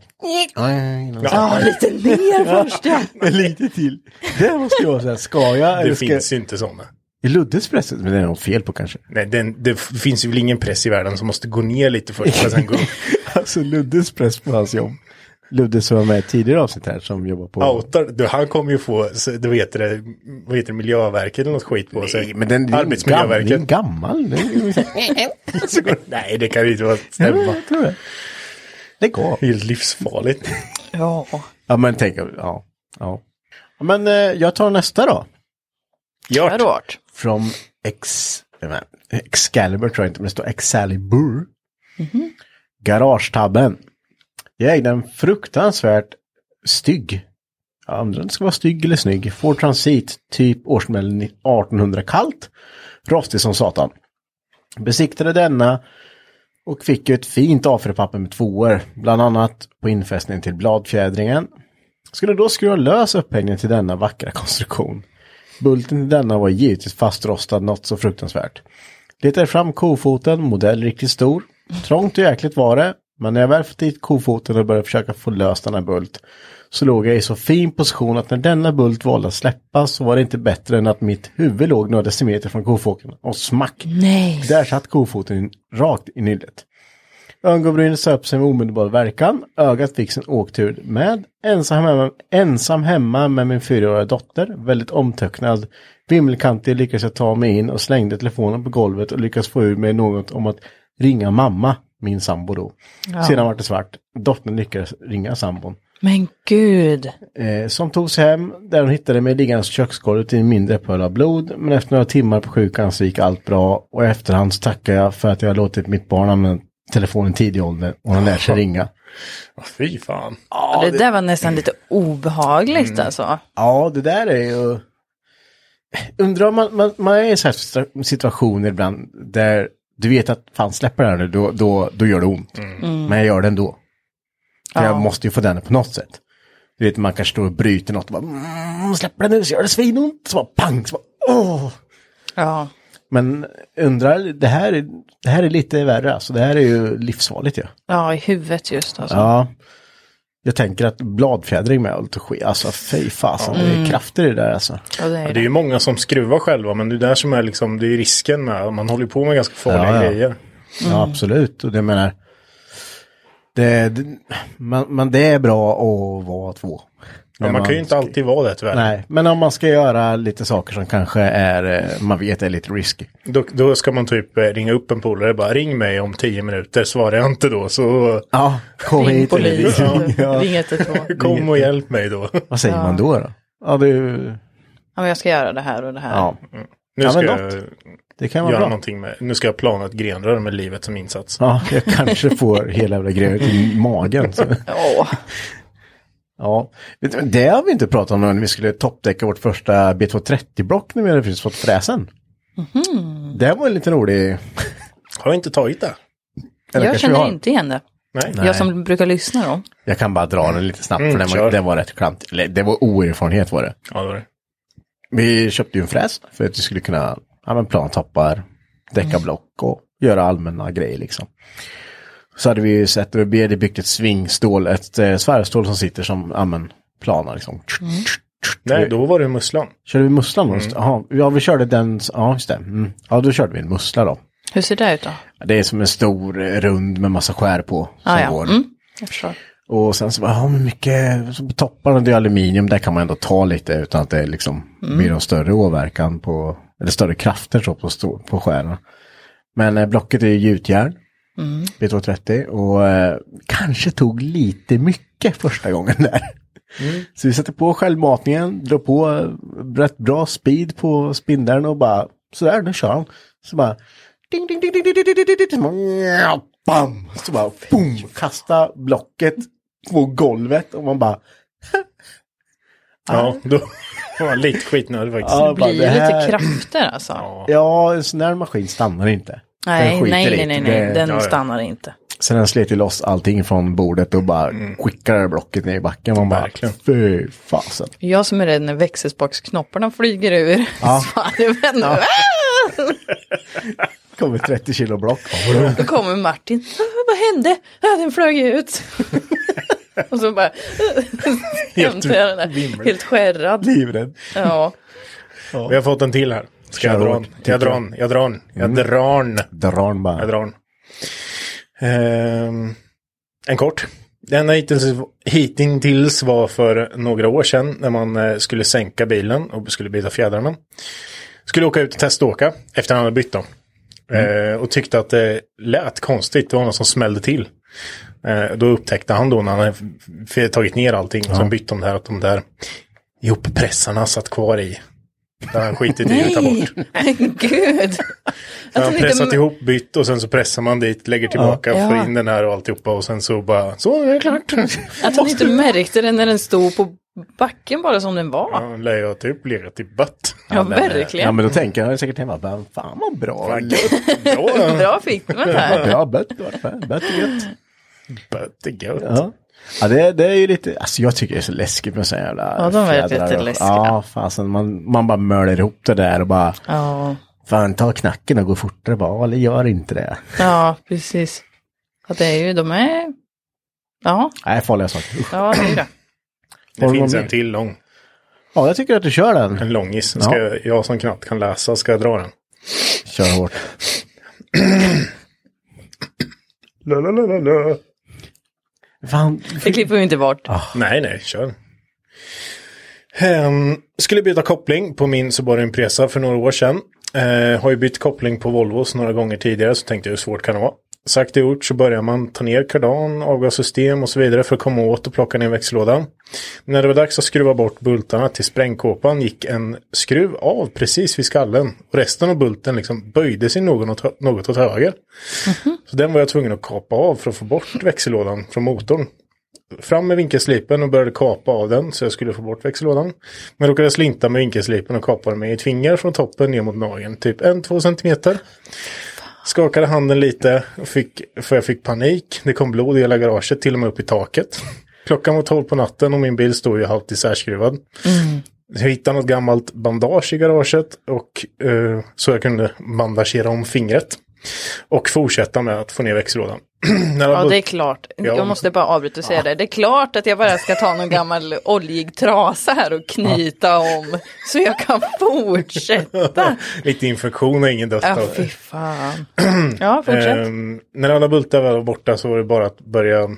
Ja, lite ner först ja. lite till. Det måste jag säga, ska jag? Det eller ska... finns ju inte sådana. I Luddes pressen, men det är något fel på kanske. Nej, den, det f- finns ju väl ingen press i världen som måste gå ner lite först för att sen gå upp. Alltså Luddes press på hans jobb. Ludde som var med i tidigare avsnitt här som jobbar på... Outar, du, han kommer ju få, så- du vet det, vad heter det, Miljöverket eller något skit på sig. Nej, men den, det är ju Arbetsmiljöverket. gam- Det är gammal. Det är, Så går- Nej, det kan ju inte vara stämma. jag tror det. Det går. Helt livsfarligt. Ja, Ja men tänk, ja. ja. Ja, Men eh, jag tar nästa då. det hade Gjort. varit. From Ex... nej, Excalibur tror jag inte, men det står Excalibur. Garagetabben. Jag ägde en fruktansvärt stygg. Jag undrar om det ska vara stygg eller snygg. Ford Transit, typ årsmodell 1800 kallt. Rostig som satan. Besiktade denna och fick ju ett fint A4-papper med tvåor. Bland annat på infästning till bladfjädringen. Skulle då skruva lös upphängningen till denna vackra konstruktion. Bulten till denna var givetvis fastrostad något så fruktansvärt. Letade fram kofoten, modell riktigt stor. Trångt och jäkligt var det. Men när jag väl fått dit kofoten och började försöka få lös denna bult så låg jag i så fin position att när denna bult valde att släppas så var det inte bättre än att mitt huvud låg några decimeter från kofoten och smack. Nej. Där satt kofoten in, rakt i nyllet. Ögongobrynet sa upp sig med omedelbar verkan. Ögat fick sin åktur med. Ensam hemma, ensam hemma med min fyraåriga dotter. Väldigt omtöcknad. Vimmelkantig lyckades jag ta mig in och slängde telefonen på golvet och lyckades få ur mig något om att ringa mamma, min sambo då. Sedan var det svart. Dottern lyckades ringa sambon. Men gud. Eh, som togs hem där hon hittade mig liggandes i köksgolvet i en mindre pöl av blod. Men efter några timmar på sjukan så gick allt bra och i efterhand så tackar jag för att jag har låtit mitt barn använda telefonen i tidig ålder och han lär sig ringa. Fy fan. Ja, det, där var nästan lite obehagligt alltså. Ja, det där är ju... Undrar om man, man, man är i så här stra- situationer ibland där du vet att fan släpper det här nu, då, då, då gör det ont. Men jag gör det ändå. För jag måste ju få den på något sätt. Du vet, man kanske står och bryter något och bara mm, släpper det nu så gör det svinont. Så bara pang, så bara åh. Ja. Men undrar, det här, är- det här är lite värre alltså. Det här är ju livsfarligt ju. Ja. ja, i huvudet just alltså. Ja. Jag tänker att bladfjädring med allt och ske, alltså fy fasen, det är krafter i det där alltså. Ja, det är Ja, det är ju många som skruvar själva men det är där som är liksom, det är ju risken med, man håller ju på med ganska farliga Ja, ja. grejer. Ja, absolut. Och det menar, det, det, man, man, det är bra att vara två. Ja, man, kan ju inte alltid vara det tyvärr. Nej, men om man ska göra lite saker som kanske är, eh, man vet är lite risky. Då, då ska man typ eh, ringa upp en polare bara ring mig om tio minuter, svarar jag inte då så Ja, kom Ring hit. polis, Ja. ring 112. Ja, kom och hjälp mig då. Vad säger man då? då? Ja, du, men jag ska göra det här och det här. ja, Nu Ja, ska men jag något. göra det kan vara bra. någonting med, nu ska jag plana ett grenrör med livet som insats. Ja, jag kanske får hela jävla grejen i magen. Så. Åh, Ja, Vet du, det har vi inte pratat om när vi skulle toppdäcka vårt första B230-block när vi hade precis fått fräsen. Det var en liten rolig... Har jag inte tagit det? eller jag kanske vi känner har. inte igen det. Nej. Jag som brukar lyssna då. Jag kan bara dra den lite snabbt Mm, för den var, kör. den var rätt klant. Eller, Det var oerfarenhet var det. Ja, det var det. Vi köpte ju en fräs för att vi skulle kunna ja, men plantoppar, däcka Mm. block och göra allmänna grejer liksom. Så hade vi ju sett, vi hade byggt ett svingstål, ett eh, svarvstål som sitter som ja, men, planar liksom. Nej, då var det musslan. Körde vi musslan Mm. då? Just- Jaha, ja vi körde den, ja just det. Mm. Ja då körde vi en mussla då. Hur ser det ut då? Det är som en stor eh, rund med massa skär på. Som Ah, ja. går. mm, jag förstår. Och sen så bara, ja men mycket, så på topparna det är aluminium, där kan man ändå ta lite utan att det liksom blir någon större åverkan på, eller större krafter så på, stå- på skären. Men eh, blocket är ju gjutjärn, B230, och eh, kanske tog lite mycket första gången där. Så vi sätter på självmatningen, drar på eh, rätt bra speed på spindeln och bara, sådär nu kör han. Så bara, ding ding ding ding ding ding ding ding, ding ding, ding bam! Så bara, boom! Kasta blocket på golvet och man bara, Ja, då var jag lite skitnödig faktiskt. Ja, Ja. Det bara, blir ju det här- lite krafter alltså. ja en sån här maskin stannar inte. Nej, skiter nej, i nej, nej, nej, det. den Ja, ja. stannar inte. Så den slet ju loss allting från bordet och bara skickade blocket ner i backen. Man bara, Mm. Verkligen. fy fasen. Jag som är rädd när växelspaksknopparna flyger ur svarven. Kommer 30 kilo block. Då kommer Martin. "Ah, Vad hände? Ah, den flög ut. Och så bara Helt hämtar jag den där. vimlig. Helt skärrad. Livrädd. Ja. Vi har fått en till här. Ska jag Kör dra hårt, den? Jag drar den, jag drar den, jag drar den. Drar den bara. Jag drar den. Ehm, en kort. Den hittills, hittills var för några år sedan när man eh, skulle sänka bilen och skulle byta fjädrarna. Skulle åka ut och teståka efter han hade bytt dem. Eh, och tyckte att det lät konstigt, det var någon som smällde till. Eh, då upptäckte han då när han hade f- f- tagit ner allting och sen bytt de där, att de där ihoppressarna satt kvar i. Där han skitit i att ta bort. Men gud. Man Att har hon pressat inte... ihop, bytt och sen så pressar man dit, lägger tillbaka, Ja. får in den här och alltihopa och sen så bara, så är det klart. Mm. Att hon inte märkte den när den stod på backen bara som den var. Ja, lär jag typ legat i bött. Ja, Eh, Ja verkligen. men då tänker jag säkert hemma, "Vem fan vad bra. Bra, Bra fick du den här. Ja, bött var det. Bött är gött. bött är gött. Ja. Ja det, det är ju lite, alltså jag tycker det är så läskigt med sådana jävla Ja, de är fjädrar lite och- läskiga. Ja, fasen man, man bara mölar ihop det där och bara, Ja, fan ta knacken och gå fortare bara, eller gör inte det. ja precis. Så det är ju, de är... Ja, Nej, farliga saker. Usch. ja det är ju det. Det Har du finns någon en mer? till lång. Ja, jag tycker att du kör den. En långis. Ja. Ska jag, jag som knappt kan läsa, ska jag dra den? Kör hårt. La, la, la, la, la. Fan, Det klipper vi inte bort. Nej, nej, kör. Ehm, skulle byta koppling på min Subaru Impresa för några år sedan. Eh, har ju bytt koppling på Volvos några gånger tidigare så tänkte jag hur svårt kan det vara. Sagt och gjort så börjar man ta ner kardan, avgassystem och så vidare för att komma åt och plocka ner växellådan. Men när det var dags att skruva bort bultarna till sprängkåpan gick en skruv av precis vid skallen. Och resten av bulten liksom böjde sig någon åt, hö- något åt höger. Så den var jag tvungen att kapa av för att få bort växellådan från motorn fram med vinkelslipen och började kapa av den så jag skulle få bort växellådan. Men råkade slinta med vinkelslipen och kapade mig i ett finger från toppen ner mot nageln, typ 1-2 centimeter. Skakade handen lite, och fick, för jag fick panik. Det kom blod i hela garaget, till och med upp i taket. Klockan var 12 på natten och min bil stod ju halvt isärskruvad. Mm. Jag hittade något gammalt bandage i garaget och eh, så jag kunde bandagera om fingret. Och fortsätta med att få ner växellådan. När jag Ja, var- det är klart. Ja. Jag måste bara avbryta och säga det. Det är klart att jag bara ska ta någon gammal oljig trasa här och knyta om så jag kan fortsätta. Lite infektion och ingen dött Ja, av fy fan. Ja, fortsätt. Ehm, när alla bultar väl var borta så var det bara att börja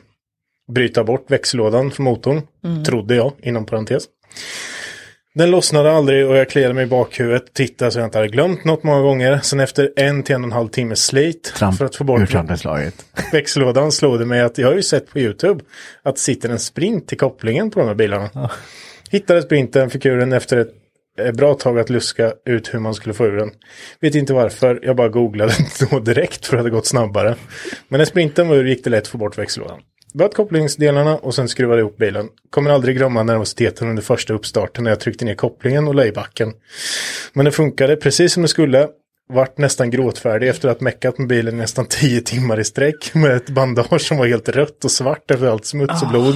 bryta bort växellådan från motorn. Mm. Trodde jag, inom parentes. Den lossnade aldrig och jag kliade mig i bakhuvudet. Tittade så jag inte hade glömt något många gånger. Sen efter en till en och en halv timme slit Tramp för att få bort ur trampeslaget. växellådan slog det mig att jag har ju sett på YouTube att det sitter en sprint i kopplingen på de här bilarna. Hittade sprinten, fick ur den efter ett eh, bra tag att luska ut hur man skulle få ur den. Vet inte varför, jag bara googlade då direkt för att det hade gått snabbare. Men när sprinten var ur gick det lätt att få bort växellådan. Böt kopplingsdelarna och sen skruvade jag ihop bilen. Kommer aldrig glömma nervositeten under första uppstarten när jag tryckte ner kopplingen och la i backen. Men det funkade precis som det skulle. Vart nästan gråtfärdig efter att meckat med bilen i nästan tio timmar i sträck med ett bandage som var helt rött och svart efter allt smuts och blod.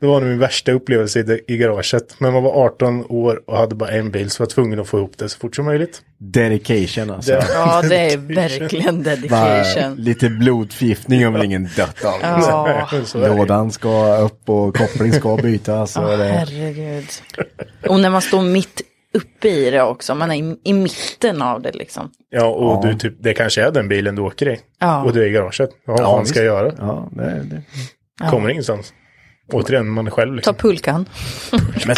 Det var nog min värsta upplevelse i, det- i garaget. Men man var 18 år och hade bara en bil så var jag tvungen att få ihop det så fort som möjligt. Dedication alltså. Det- Ja, det är verkligen Bara, dedication. lite blodförgiftning har väl ingen dött av. Ja, Så är det. Lådan ska upp och koppling ska bytas. Ja, och det, herregud. Och när man står mitt uppe i det också, man är i, i mitten av det liksom. Ja, och Du, typ, det kanske är den bilen du åker i. Ja. Och du är i garaget. Vad Ja, fan visst. ska jag göra? ja, det, det. Kommer ingenstans. Återigen, man är själv. Ta Liksom. pulkan. Men,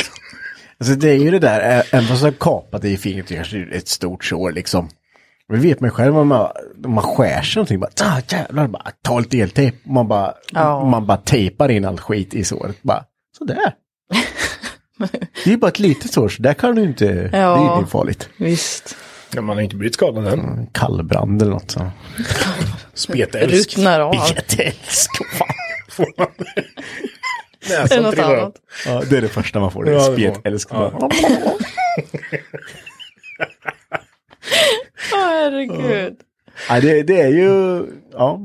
alltså det är ju det där, ä- även fast jag har kapat det i fingret, det kanske är ett stort sår liksom. Men vet man själv om man, om man skär sig någonting, bara ah, jävlar, bara, ta lite eltejp. Man bara, Ja. man bara tejpar in all skit i såret. Bara, sådär. det är ju bara ett litet sår, så där kan du inte, det är ju Ja. inte farligt. Visst. Ja, man har inte blivit skadad än. En Kallbrand eller något sånt. Spetälsk. Ruttnar av. Jätteälsk, fan. Får man. Är det Näsan något trillar upp. annat? Ja, det är det första man får, det Ja, är det får man. spetälsk. Ja. Åh, herregud. Nej, det, det är ju, ja.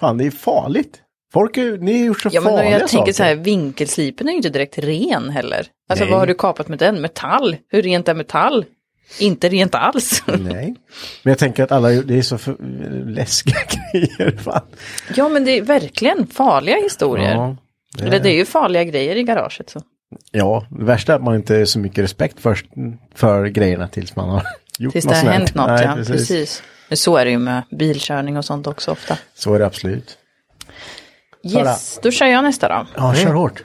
Fan, det är farligt. Folk är, ni har gjort så Ja, men farliga när jag tänker saker. så här, vinkelslipen är ju inte direkt ren heller. Alltså Nej. vad har du kapat med den? Metall? Hur rent är metall? Inte rent alls. Nej. Men jag tänker att alla, det är så för, läskiga grejer. Fan. ja, men det är verkligen farliga historier. Eller det är ju farliga grejer i garaget. Så. ja, det värsta är att man inte har så mycket respekt för, för grejerna tills man har gjort Tills något det har sånt här. hänt något, Nej, ja. Precis. Men så är det ju med bilkörning och sånt också ofta. Så är det absolut. Yes, då kör jag nästa då. Ja, kör hårt.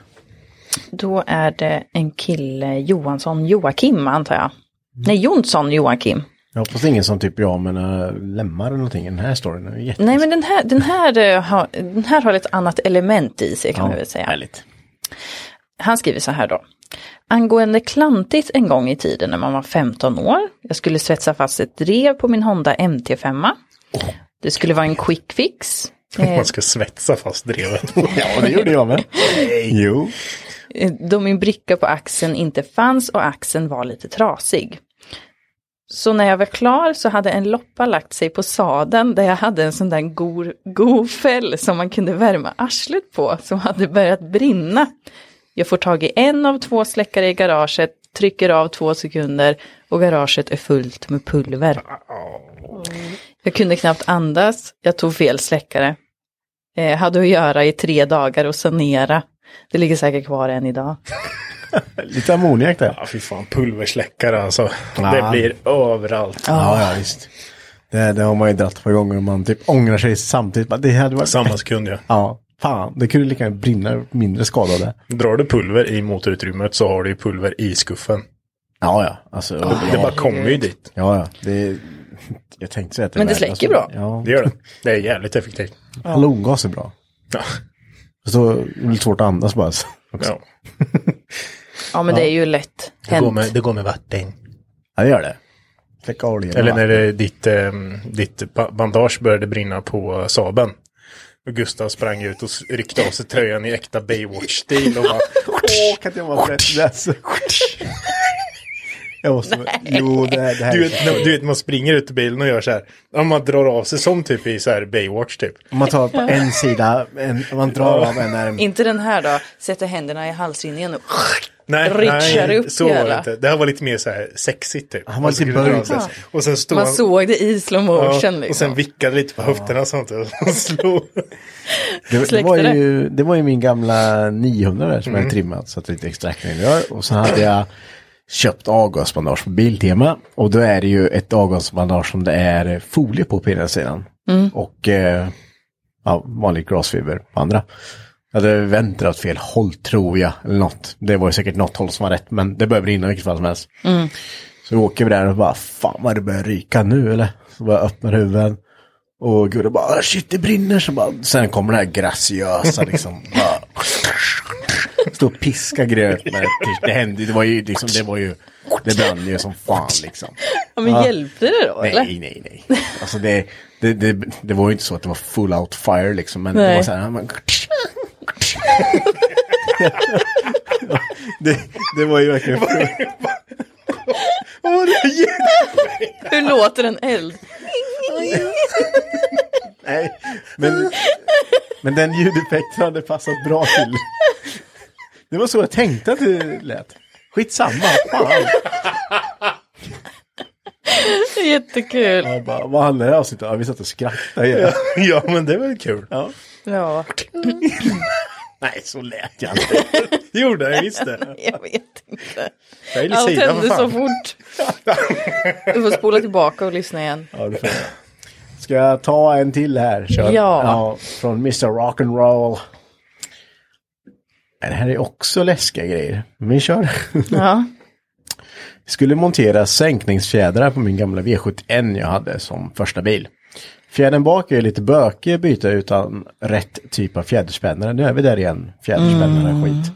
Då är det en kille, Johansson Joakim antar jag. Nej, Jonsson Joakim. Jag hoppas det är ingen som typ jag men äh, lämmar eller någonting i den här storyn. Den är jätte- Nej, men den här, den, här, eh, har, den här har ett annat element i sig kan man väl säga. Härligt. Han skriver så här då. Angående klantigt en gång i tiden när man var 15 år. Jag skulle svetsa fast ett drev på min Honda MT5. Det skulle vara en quick fix. Eh, Man ska svetsa fast drevet. Ja, det gjorde jag med. Jo. eh, Då min bricka på axeln inte fanns och axeln var lite trasig. Så när jag var klar så hade en loppa lagt sig på sadeln där jag hade en sån där god, god fäll som man kunde värma arslet på som hade börjat brinna. Jag får tag i en av två släckare i garaget, trycker av två sekunder och garaget är fullt med pulver. Jag kunde knappt andas, jag tog fel släckare. Eh, hade att göra i tre dagar och sanera. Det ligger säkert kvar än idag. Lite ammoniak där. Ja, fy fan. Pulversläckare alltså. Ja. Det blir överallt. Ja, ja visst. Det, det har man ju dratt ett par gånger och man typ ångrar sig samtidigt. Bara, Det hade varit... Samma sekund ja. Ja, fan. Det kunde lika gärna brinna mindre skadade. Drar du pulver i motorutrymmet så har du ju pulver i skuffen. Ja, ja. Alltså, Det ja, bara kommer ju dit. ja, ja. Det, jag tänkte säga att det Men det är värdelöst. släcker bra. Ja. Det gör det. Det är jävligt effektivt. Hallongas är bra. Ja. Så det är lite svårt att andas bara. så. Ja. Ja, men det är ju lätt Det, går hänt. med, det går med vatten. Ja, det gör det. Släcka oljan. Eller när det, ditt, ehm, ditt ba- bandage började brinna på eh, Saben. Och Gustav sprang ut och s- ryckte av sig tröjan i äkta Baywatch-stil och bara... Åh, kan inte jag vara rädd? Jag måste... Jo, det här, det här Du är vet, när- du vet, man springer ut ur bilen och gör så här. Ja, man drar av sig som typ i så här Baywatch typ. Om man tar på en sida, en, om man drar av en arm. Inte den här då, sätter händerna i halsrinningen och Nej, Richar nej upp så var det hela. inte. Det här var lite mer så här sexigt typ. Han var Och så lite skulle böjd. dra sig. Och sen stod man han- såg det i slow ja, motion. liksom. Och sen vickade lite på höfterna samtidigt. Och slog. Det, det, Släckte var det. ju, det var ju min gamla 900 där som jag hade trimmat så att det inte extraktningar Och sen hade jag köpt avgasbandage på Biltema. Och då är det ju ett avgasbandage som det är folie på på ena sidan. Och eh, ja, vanlig glasfiber på andra. Jag hade vänt åt fel håll tror jag. Eller något. Det var ju säkert något håll som var rätt. Men det började brinna i vilket fall som helst. Så vi åker vi där och bara fan vad det börjar ryka nu eller? Så bara öppnar huven. Och Gurra bara "Ah, shit det brinner. Så bara, sen kommer det här graciösa liksom. bara, Stå och piska gröt med det hände det var ju liksom, det var ju, det brann ju som fan liksom. ja, men hjälpte det då eller? Nej, nej, nej. Alltså det, det, det, det var ju inte så att det var full out fire liksom, men det Nej. var så här, man... det, det var ju verkligen... Åh, det är jätte- Hur låter en eld? Nej, men, men den ljudeffekten hade passat bra till. Det var så jag tänkte att det lät. Skitsamma, fan. Jättekul. Jag bara, vad alltså, handlar det här avsnittet om? Ja, Vi satt och skrattade. Ja. ja, men det var ju kul. Ja, Nej, så lät jag inte. Det gjorde jag, visst det. jag vet inte. Jag är Allt Lucia, för hände så fan. fort. Du får spola tillbaka och lyssna igen. Ja, det får jag. Ska jag ta en till här? Kör. Ja. Från Mr Rock'n'Roll. Det här är också läskiga grejer. Men vi kör. Ja. skulle montera sänkningsfjädrar på min gamla V71 jag hade som första bil. Fjädern bak är lite bökig att byta utan rätt typ av fjäderspännare. Nu är vi där igen. Fjäderspännare är skit.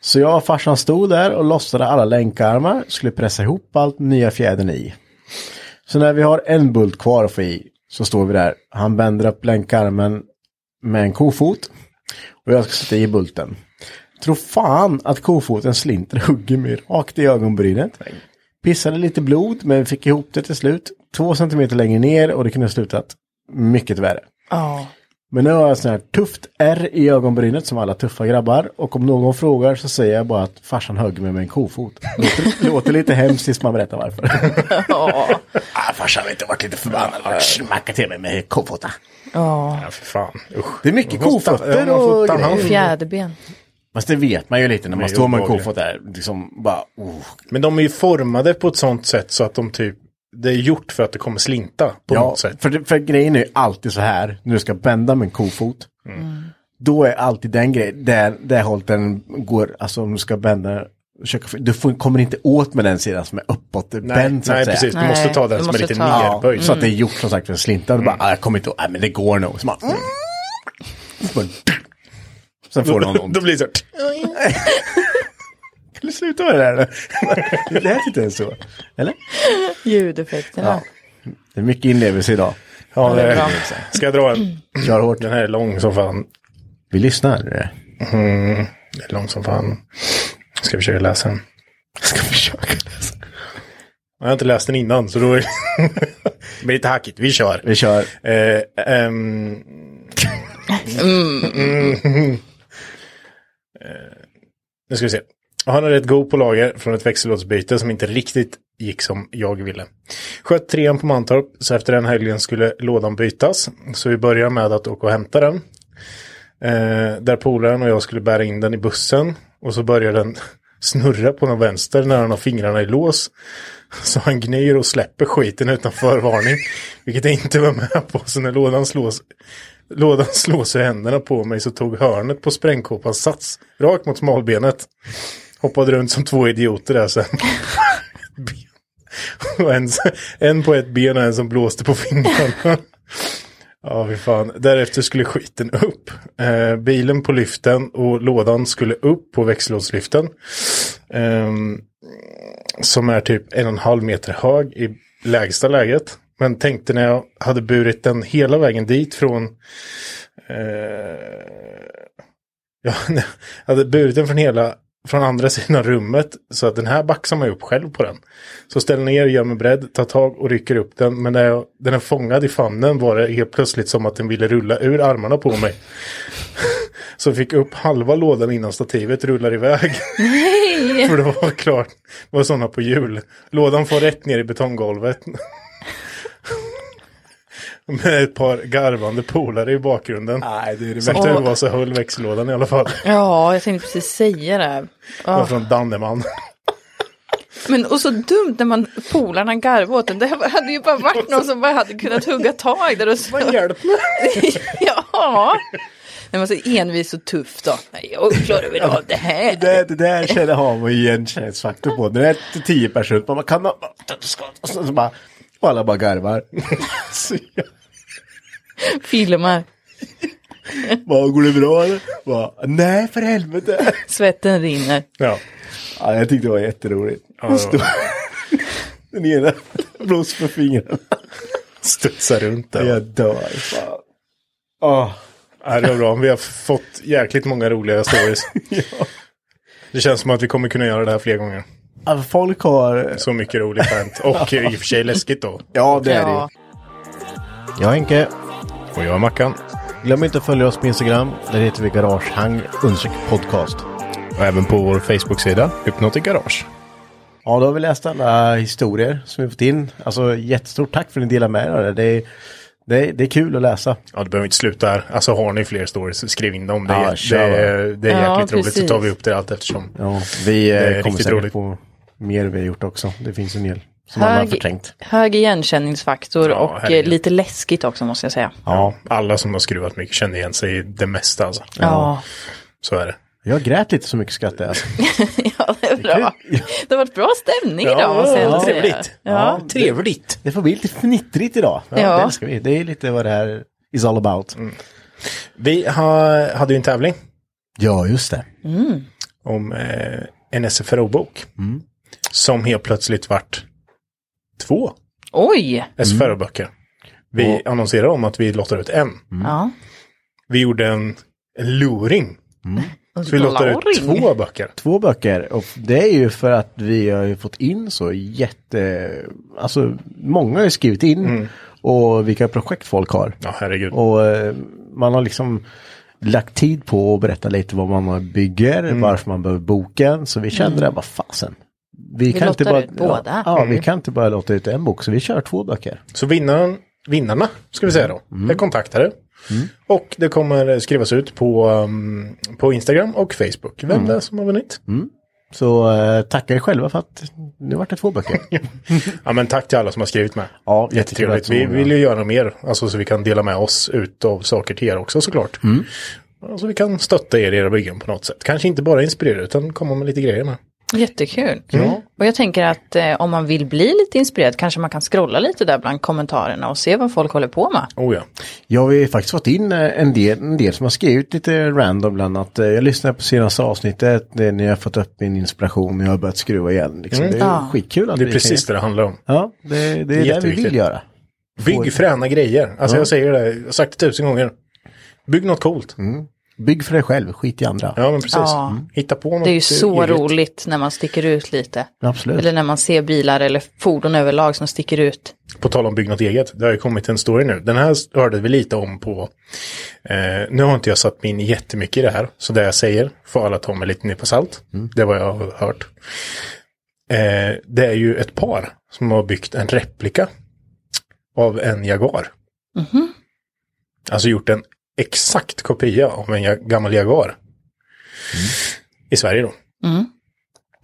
Så jag och farsan stod där och lossade alla länkarmar, skulle pressa ihop allt med nya fjädern i. Så när vi har en bult kvar att få i så står vi där. Han vänder upp länkarmen med en kofot och jag ska sätta i bulten. Tror fan att kofoten slinter och hugger mig rakt i ögonbrynet. Pissade lite blod men fick ihop det till slut. Två centimeter längre ner och det kunde ha slutat mycket värre. Ja. Men nu har jag sån här tufft R i ögonbrynet som alla tuffa grabbar. Och om någon frågar så säger jag bara att farsan högg mig med en kofot. Låter, låter lite hemskt tills man berättar varför. Ja. ah, farsan vet inte varit lite förbannad. Han smackade till mig med kofoten. Ja. Ja, för fan. Usch. Det är mycket Man får ta- kofotter ja, man får och ta hand om grejer. Fjäderben. Fast det vet man ju lite när man Det är står med en obehagligt. kofot där. Liksom bara, oh, Men de är ju formade på ett sånt sätt så att de typ, det är gjort för att det kommer slinta på något sätt. För, det- för grejen är ju alltid så här, när du ska bända med en kofot. Mm. Mm. Då är alltid den grejen, där, där hållet den går, alltså om du ska bända, försöka, du får, kommer inte åt med den sidan som är uppåt, bänd så att säga. nej precis. Du Nej, måste ta du den som är måste lite ta- Ja, nerböjd. Mm. Så att det är gjort som sagt för en slinta. Du bara, ah, jag kommer inte åt, nej men det går nog. Så bara, mm. Så bara, Sen får någon ont. Då blir det så här, Kan du sluta med det där? Det lät inte ens så. Eller? Ljudeffekterna. Det är mycket inlevelse idag. Ja, det är bra. Ska jag dra en? Kör hårt. Den här är lång som fan. Vi lyssnar. Den är lång som fan. Ska vi försöka läsa den? Ska vi försöka läsa? Jag har inte läst den innan så då är det blir lite hackigt. Vi kör. Vi kör. Eh, ehm, eh, Nu ska vi se. Han är rätt god på lager från ett växellådsbyte som inte riktigt gick som jag ville. Sköt trean på Mantorp, så efter den helgen skulle lådan bytas. Så vi börjar med att åka och hämta den. Eh, där polaren och jag skulle bära in den i bussen. Och så börjar den snurra på någon vänster när han har fingrarna i lås. Så han gnyr och släpper skiten utan förvarning. Vilket jag inte var med på. Så när lådan slås, lådan slås i händerna på mig så tog hörnet på sprängkåpan sats rakt mot smalbenet. Hoppade runt som två idioter där sen. Och en, en på ett ben och en som blåste på fingrarna. Ja, fy fan. Därefter skulle skiten upp. Eh, bilen på lyften och lådan skulle upp på växellådslyften. Ehm, som är typ en och en halv meter hög i lägsta läget. Men tänkte när jag hade burit den hela vägen dit från... Eh, ja, när jag hade burit den från hela från andra sidan rummet så att den här baxar man ju upp själv på den. Så ställer ner, gör mig beredd, tar tag och rycker upp den. Men när jag, den är fångad i famnen var det helt plötsligt som att den ville rulla ur armarna på mig. så jag fick upp halva lådan innan stativet rullar iväg. För det var klart, det var sådana på hjul. Lådan får rätt ner i betonggolvet. Med ett par garvande polare i bakgrunden. Nej, det är det Som värsta. tur var så höll växellådan i alla fall. Ja, jag tänkte precis säga det. Det var Ja. från Danneman. Men och så dumt när man polarna garvade åt den. Det hade ju bara varit någon som bara hade kunnat hugga tag där och så. Hjälp mig! ja. Den var så envis och tuff då. Nej, jag klarar väl av det här. Det, det där känner har man ju igenkänningsfaktor på. Det är till tio personer. Man kan man, och så, så bara, och alla bara garvar. Så jag Filmar. bara, går det bra eller? Bara, Nej för helvete. Svetten rinner. Ja. Ja, jag tyckte det var jätteroligt. det var- Stod- Den ena blås på fingrarna. Studsa runt där. Jag dör. Fan. Åh, Ja, det var bra. Vi har fått jäkligt många roliga stories. Det känns som att vi kommer kunna göra det här fler gånger. att folk har... Så mycket roligt hänt. Och eh, i och för sig läskigt då. Ja, det är det ju. Ja. Jag är Henke. Och jag är Mackan. Glöm inte att följa oss på Instagram. Där heter vi Garagehang understreck podcast. Och även på vår Facebook-sida, Hypnotic Garage. Ja, då har vi läst alla historier som vi fått in. Alltså jättestort tack för att ni delar med er av det. Det är, det är, det är kul att läsa. Ja, det behöver inte sluta här. Alltså har ni fler stories, skriv in dem. Det Ja, är, kör, det är, det är Ja, jäkligt roligt. Så precis. tar vi upp det allt eftersom. Ja, vi är eh, kommer riktigt säkert roligt. på mer vi har gjort också. Det finns en del som alla har Hög, förträngt. hög igenkänningsfaktor Ja, och eh, herregud. lite läskigt också måste jag säga. Ja, alla som har skruvat mycket känner igen sig i det mesta. Alltså. Ja, Så är det. Jag grät lite så mycket skratt alltså. jag. ja det är bra. Det har varit bra stämning idag måste jag ändå säga. Ja. Trevligt. Det får bli lite fnittrigt idag. Ja, Ja. Mm. Det älskar vi. Det är lite vad det här is all about. Vi har, hade ju en tävling. Ja, just det. om eh, en SFRO-bok. Som helt plötsligt vart två Oj! SFRO-böcker. Vi annonserade om att vi lottar ut en. Mm. Ja. Vi gjorde en, en luring. Så vi lottar ut Luring. två böcker. Två böcker och det är ju för att vi har ju fått in så jätte, alltså många har ju skrivit in och vilka projekt folk har. Ja, herregud. Och eh, man har liksom lagt tid på att berätta lite vad man bygger, varför man behöver boken. Så vi kände det, vad fasen. Vi lottar ut båda. Ja, ja vi kan inte bara låta ut en bok, så vi kör två böcker. Så vinnaren, vinnarna, ska vi säga då, är kontaktade. Och det kommer skrivas ut på, um, på Instagram och Facebook. Vem det är som har vunnit. Så eh, tacka er själva för att nu vart det två böcker. Ja, men tack till alla som har skrivit med. Ja, jättetrevligt Jättetrevligt. att så Vi många- vill ju göra mer, alltså så vi kan dela med oss ut av saker till er också såklart. Mm. Alltså vi kan stötta er i era byggen på något sätt. Kanske inte bara inspirera utan komma med lite grejer med. Jättekul. Mm. Och jag tänker att eh, om man vill bli lite inspirerad kanske man kan scrolla lite där bland kommentarerna och se vad folk håller på med. Oh ja. Ja, vi har faktiskt fått in eh, en del, en del som har skrivit lite random bland annat. eh, Jag lyssnade på senaste avsnittet, det, ni har fått upp min inspiration och jag har börjat skruva igen. Liksom. Det är Mm. Ja. skitkul att Det vi är precis det det handlar om. Kan, ja, det, det är det vi Jätteviktigt. vill göra. Bygg fräna grejer. Alltså jag säger det, jag har sagt det tusen gånger. Bygg något coolt. Bygg för dig själv, skit i andra. Ja men precis. Ja. Mm. Hitta på något Det är ju så eget. roligt när man sticker ut lite. Absolut. Eller när man ser bilar eller fordon överlag som sticker ut. På tal om bygg något eget, det har ju kommit en story nu. Den här hörde vi lite om på... Eh, nu har inte jag satt mig in jättemycket i det här, så det jag säger får alla ta med lite nypa salt. Det är vad jag har hört. Eh, det är ju ett par som har byggt en Mm-hmm. replika av en Jaguar. Alltså gjort en exakt kopia av en jag- gammal Jaguar. I Sverige då. Mm.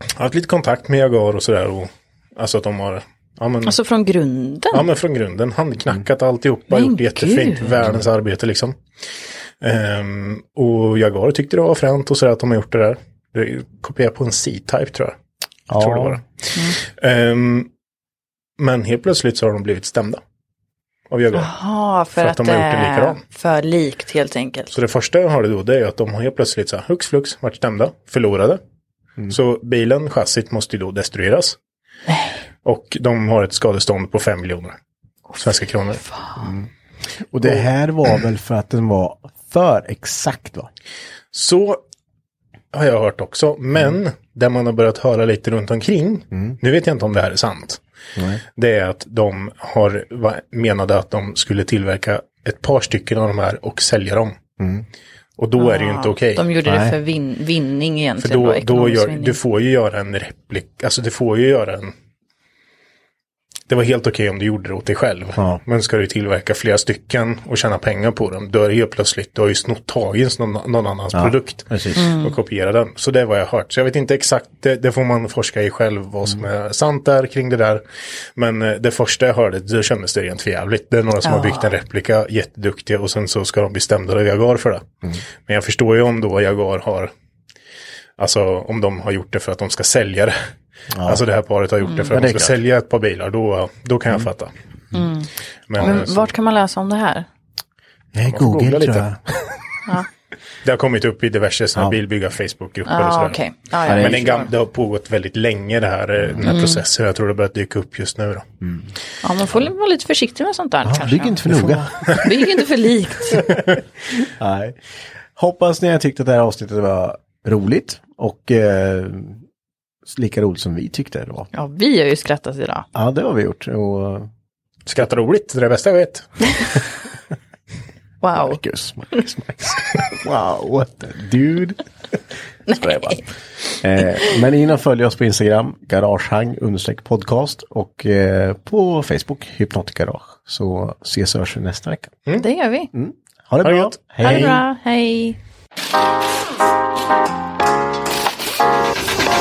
Jag har haft lite kontakt med Jaguar och sådär. Och, alltså att de har, ja men, Alltså från grunden. ja, men från grunden, handknackat alltihopa, Men gjort det jättefint, gud. världens arbete liksom. Ehm, och Jaguar tyckte det var fränt och sådär att de har gjort det där. Det är kopierat på en C-Type tror jag. Jag tror det var det. Mm. Ehm, men helt plötsligt så har de blivit stämda. Av Jaguar. Ah. Jaha, för, att, de har gjort det det är likadant. för likt helt enkelt. Så det första jag hörde då det är att de har helt plötsligt så här hux flux varit stämda, förlorade. Mm. Så bilen, chassit måste ju då destrueras. Och de har ett skadestånd på 5 miljoner svenska kronor. Mm. Och det här var väl för att den var för exakt va? Så har jag hört också, men Mm. där man har börjat höra lite runt omkring, nu vet jag inte om det här är sant, det är att de har va- menade att de skulle tillverka ett par stycken av de här och sälja dem. Mm. Och då är det ju inte okej. De gjorde det Nej. för vin, vinning För egentligen. då, då ekonomisk gör, vinning. du får ju göra en replik, alltså du får ju göra en... Det var helt okej om du gjorde det åt dig själv. Ja. Men ska du tillverka flera stycken och tjäna pengar på dem, då är det ju plötsligt, du har ju snott tag i någon, någon annans produkt precis. Mm. och kopierat den. Så det var jag hört. Så jag vet inte exakt, det, det får man forska i själv vad som är sant där kring det där. Men eh, det första jag hörde, då kändes det rent förjävligt. Det är några som har byggt en replika, jätteduktiga och sen så ska de bli stämda av Jaguar för det. Mm. Men jag förstår ju om då Jaguar har Alltså om de har gjort det för att de ska sälja det. Alltså det här paret har gjort Mm. det för att det de är ska klart. Mm. sälja ett par bilar. Då, då kan jag fatta. Men, eh, Mm. Men så, vart kan man läsa om det här? Nej, får googla Google tror lite. jag. det har kommit upp i diverse såna Ja. bilbyggar Facebookgrupper och Ah, sådär. okej. Ah, ja, Men jag den förstår. gam- det har pågått väldigt länge det här, eh, den här processen. Jag tror det har börjat dyka upp just nu. Då. ja, man får vara lite försiktig med sånt där Ja, kanske. bygg inte för noga. Bygg inte för likt. Nej. Hoppas ni har tyckt att det här avsnittet var roligt och eh, lika roligt som vi tyckte det var. Ja, vi har ju skrattat idag. Ja, det har vi gjort. Och Skratta roligt, det är det bästa jag vet. Wow. Marcus, Marcus, Marcus. wow, what the dude. Skojar bara. Eh, men in och följ oss på Instagram, garagehang understreck podcast och eh, på Facebook, Hypnotic Garage. Så ses och hörs vi nästa vecka. Det gör vi. Ha det Ha det bra. gott. Mm. Ha det bra. Hej.